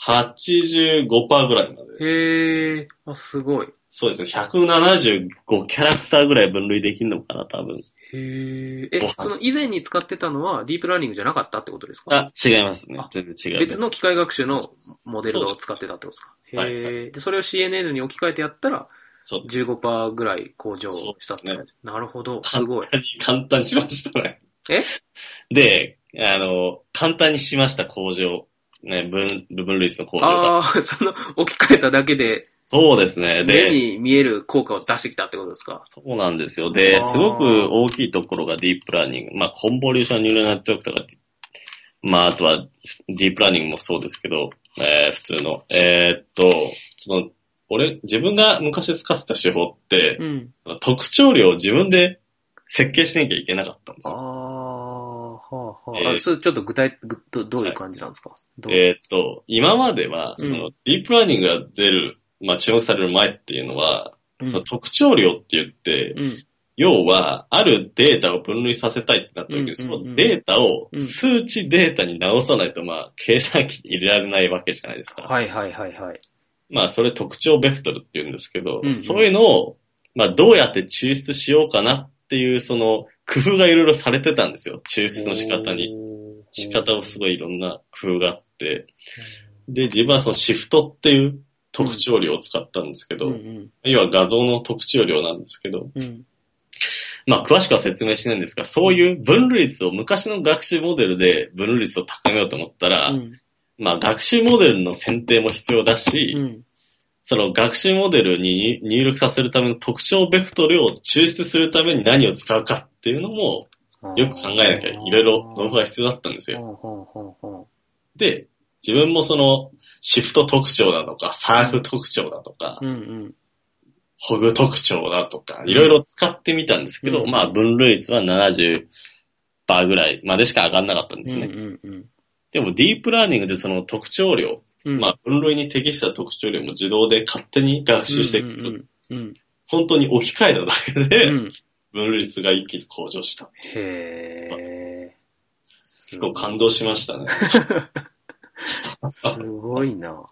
Speaker 2: 85%ぐらいまで
Speaker 1: へえ、あ、すごい。
Speaker 2: そうですね、175キャラクターぐらい分類できるのかな、多分。
Speaker 1: へえ。
Speaker 2: ご
Speaker 1: え、
Speaker 2: 飯
Speaker 1: その以前に使ってたのはディープラーニングじゃなかったってことですか
Speaker 2: あ、違いますね
Speaker 1: あ。
Speaker 2: 全然違う。
Speaker 1: 別の機械学習のモデルを使ってたってことですか
Speaker 2: そう
Speaker 1: へ
Speaker 2: で
Speaker 1: え、
Speaker 2: すはい
Speaker 1: で、それを CNN に置き換えてやったら
Speaker 2: そう。
Speaker 1: 15%ぐらい向上したって感じ、
Speaker 2: そう
Speaker 1: なるほど、すごい。
Speaker 2: 簡単にしましたね。
Speaker 1: え
Speaker 2: で、あの、簡単にしました、工場。ね、分、部分類の工場が。
Speaker 1: ああ、その置き換えただけで
Speaker 2: そうですね。
Speaker 1: 目
Speaker 2: で、
Speaker 1: に見える効果を出してきたってことですか
Speaker 2: そうなんですよ。
Speaker 1: あ
Speaker 2: で、
Speaker 1: ー
Speaker 2: すごく大きいところがディープラーニング。まあ、コンボリューションニューラルネットワークとかって、まあ、あとはディープラーニングもそうですけど、えー普通の。えーっと、その、俺、自分が昔使ってた手法って、
Speaker 1: うん。
Speaker 2: その特徴量を自分で設計しなきゃいけなかったんです
Speaker 1: ああ、
Speaker 2: よ。
Speaker 1: はあ、はあ。
Speaker 2: えー
Speaker 1: あそれちょっと具体、ぐどどういう感じなんですか、どう
Speaker 2: えーっと、今までは、
Speaker 1: うん
Speaker 2: その、ディープラーニングが出る、まあ、注目される前っていうのは、
Speaker 1: うん
Speaker 2: その特徴量って言って、
Speaker 1: うん。
Speaker 2: 要は、あるデータを分類させたいってなった
Speaker 1: うん
Speaker 2: 時
Speaker 1: うんう
Speaker 2: に、
Speaker 1: ん
Speaker 2: そのデータを
Speaker 1: うん
Speaker 2: 数値データに直さないと、まあ、計算機に入れられないわけじゃないですか。
Speaker 1: はいはいはいはい。
Speaker 2: まあ、それ特徴ベクトルって言うんですけど、
Speaker 1: うんうん
Speaker 2: そういうのを、まあ、どうやって抽出しようかなっていう、その、工夫がいろいろされてたんですよ。抽出の仕方に。
Speaker 1: に
Speaker 2: 仕方をすごいいろんな工夫があって、で、自分はそのシフトっていう特徴量を使ったんですけど、
Speaker 1: うんうん
Speaker 2: 要は画像の特徴量なんですけど、
Speaker 1: うん
Speaker 2: まあ詳しくは説明しないんですが、そういう分類率を昔の学習モデルで分類率を高めようと思ったら、
Speaker 1: うん
Speaker 2: まあ学習モデルの選定も必要だし、
Speaker 1: うん
Speaker 2: その学習モデルに入力させるための特徴ベクトルを抽出するために何を使うかっていうのもよく考えなきゃいろいろノウハウが必要だったんですよ。
Speaker 1: ほうほうほうほ
Speaker 2: で、自分もその、シフト特徴だとか、サーフ特徴だとか、
Speaker 1: う。うんうん。
Speaker 2: ホグ特徴だとか、いろいろ使ってみたんですけど、
Speaker 1: うん
Speaker 2: まあ分類率は70%ぐらいまでしか上がんなかったんですね。
Speaker 1: うんうん
Speaker 2: でもディープラーニングでその特徴量、
Speaker 1: うん。
Speaker 2: まあ分類に適した特徴量も自動で勝手に学習していく
Speaker 1: うんうんうん
Speaker 2: 本当に置き換えただけ
Speaker 1: う
Speaker 2: で、
Speaker 1: んうん。
Speaker 2: 分類率が一気に向上した。
Speaker 1: へえ。
Speaker 2: 結構感動しましたね。
Speaker 1: すごいな。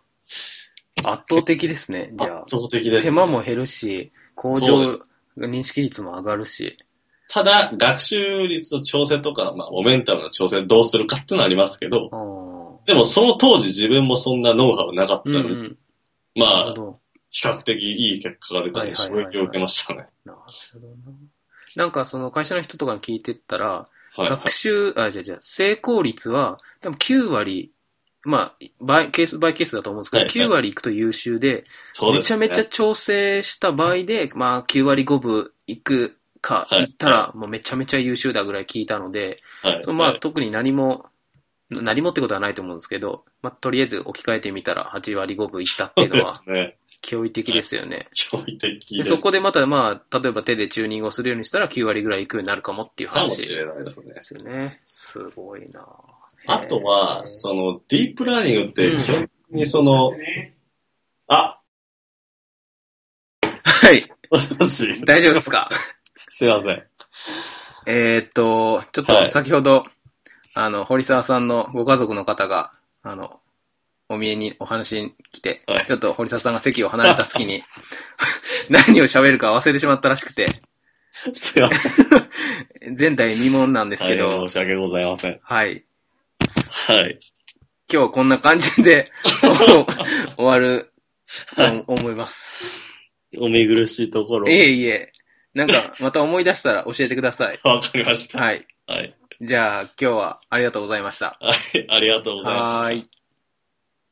Speaker 1: 圧倒的ですね、じ
Speaker 2: 圧
Speaker 1: ゃあ。
Speaker 2: 倒的です、
Speaker 1: 手間も減るし、工場
Speaker 2: そうで
Speaker 1: 認識率も上がるし、
Speaker 2: ただ、学習率の調整とか、まあ、モメンタムの調整どうするかっていうのはありますけど、
Speaker 1: あー
Speaker 2: でもその当時自分もそんなノウハウなかった
Speaker 1: うん
Speaker 2: の
Speaker 1: う
Speaker 2: で、
Speaker 1: ん。なる
Speaker 2: ま
Speaker 1: ほ
Speaker 2: あ、
Speaker 1: ど。
Speaker 2: 比較的いい結果が出たん
Speaker 1: はいは
Speaker 2: で、
Speaker 1: い
Speaker 2: 衝
Speaker 1: はいはい
Speaker 2: 撃を受けましたね。
Speaker 1: なるほどな。なんかその会社の人とかに聞いてったら、
Speaker 2: はい、はい
Speaker 1: 学。習、あ、じゃじゃ成功率は、多分9割、まあ、バイケースバイケースだと思うんですけど、
Speaker 2: はいはい
Speaker 1: 9割いくと優秀で、
Speaker 2: そう
Speaker 1: め
Speaker 2: で
Speaker 1: ち
Speaker 2: す
Speaker 1: ゃ
Speaker 2: ね。
Speaker 1: めちゃ調整した場合で、まあ、9割5分いくか、
Speaker 2: はい
Speaker 1: いったら、もうめちゃめちゃ優秀だぐらい聞いたので、
Speaker 2: はい、
Speaker 1: そのまあ、特に何も、何もってことはないと思うんですけど、まあ、とりあえず置き換えてみたら8割5分いったってい
Speaker 2: そ
Speaker 1: ううの
Speaker 2: で
Speaker 1: は
Speaker 2: すね。
Speaker 1: 驚異的ですよね。
Speaker 2: 驚異的
Speaker 1: で
Speaker 2: です。
Speaker 1: そこでまた、まあ、例えば手でチューニングをするようにしたら9割ぐらいいくようになるかもっていう
Speaker 2: かもし
Speaker 1: 話で
Speaker 2: れないですね。
Speaker 1: すよね。すごいな
Speaker 2: あとは、
Speaker 1: へ
Speaker 2: その、ディープラーニングって
Speaker 1: うん
Speaker 2: 基本的にその、あ、
Speaker 1: ーはい。
Speaker 2: 私、
Speaker 1: 大丈夫ですか
Speaker 2: すいません。
Speaker 1: えーっと、ちょっと
Speaker 2: はい
Speaker 1: 先ほど、あの、堀沢さんのご家族の方が、あの、お見えにお話に来て、
Speaker 2: はい
Speaker 1: ちょっと堀沢さんが席を離れた隙に、 何を喋るか忘れてしまったらしくて、
Speaker 2: すいません。
Speaker 1: 前代未聞なんですけど、
Speaker 2: 大変申し訳ございません。
Speaker 1: はい。
Speaker 2: はい。
Speaker 1: 今日こんな感じで 終わると思います。
Speaker 2: お見苦しいところ。
Speaker 1: い。えいえ。なんか、また思い出したら教えてください
Speaker 2: わかりました。
Speaker 1: はい。
Speaker 2: はい。
Speaker 1: じゃあ、今日はありがとうございました。
Speaker 2: はい。ありがとうございました。
Speaker 1: はーい。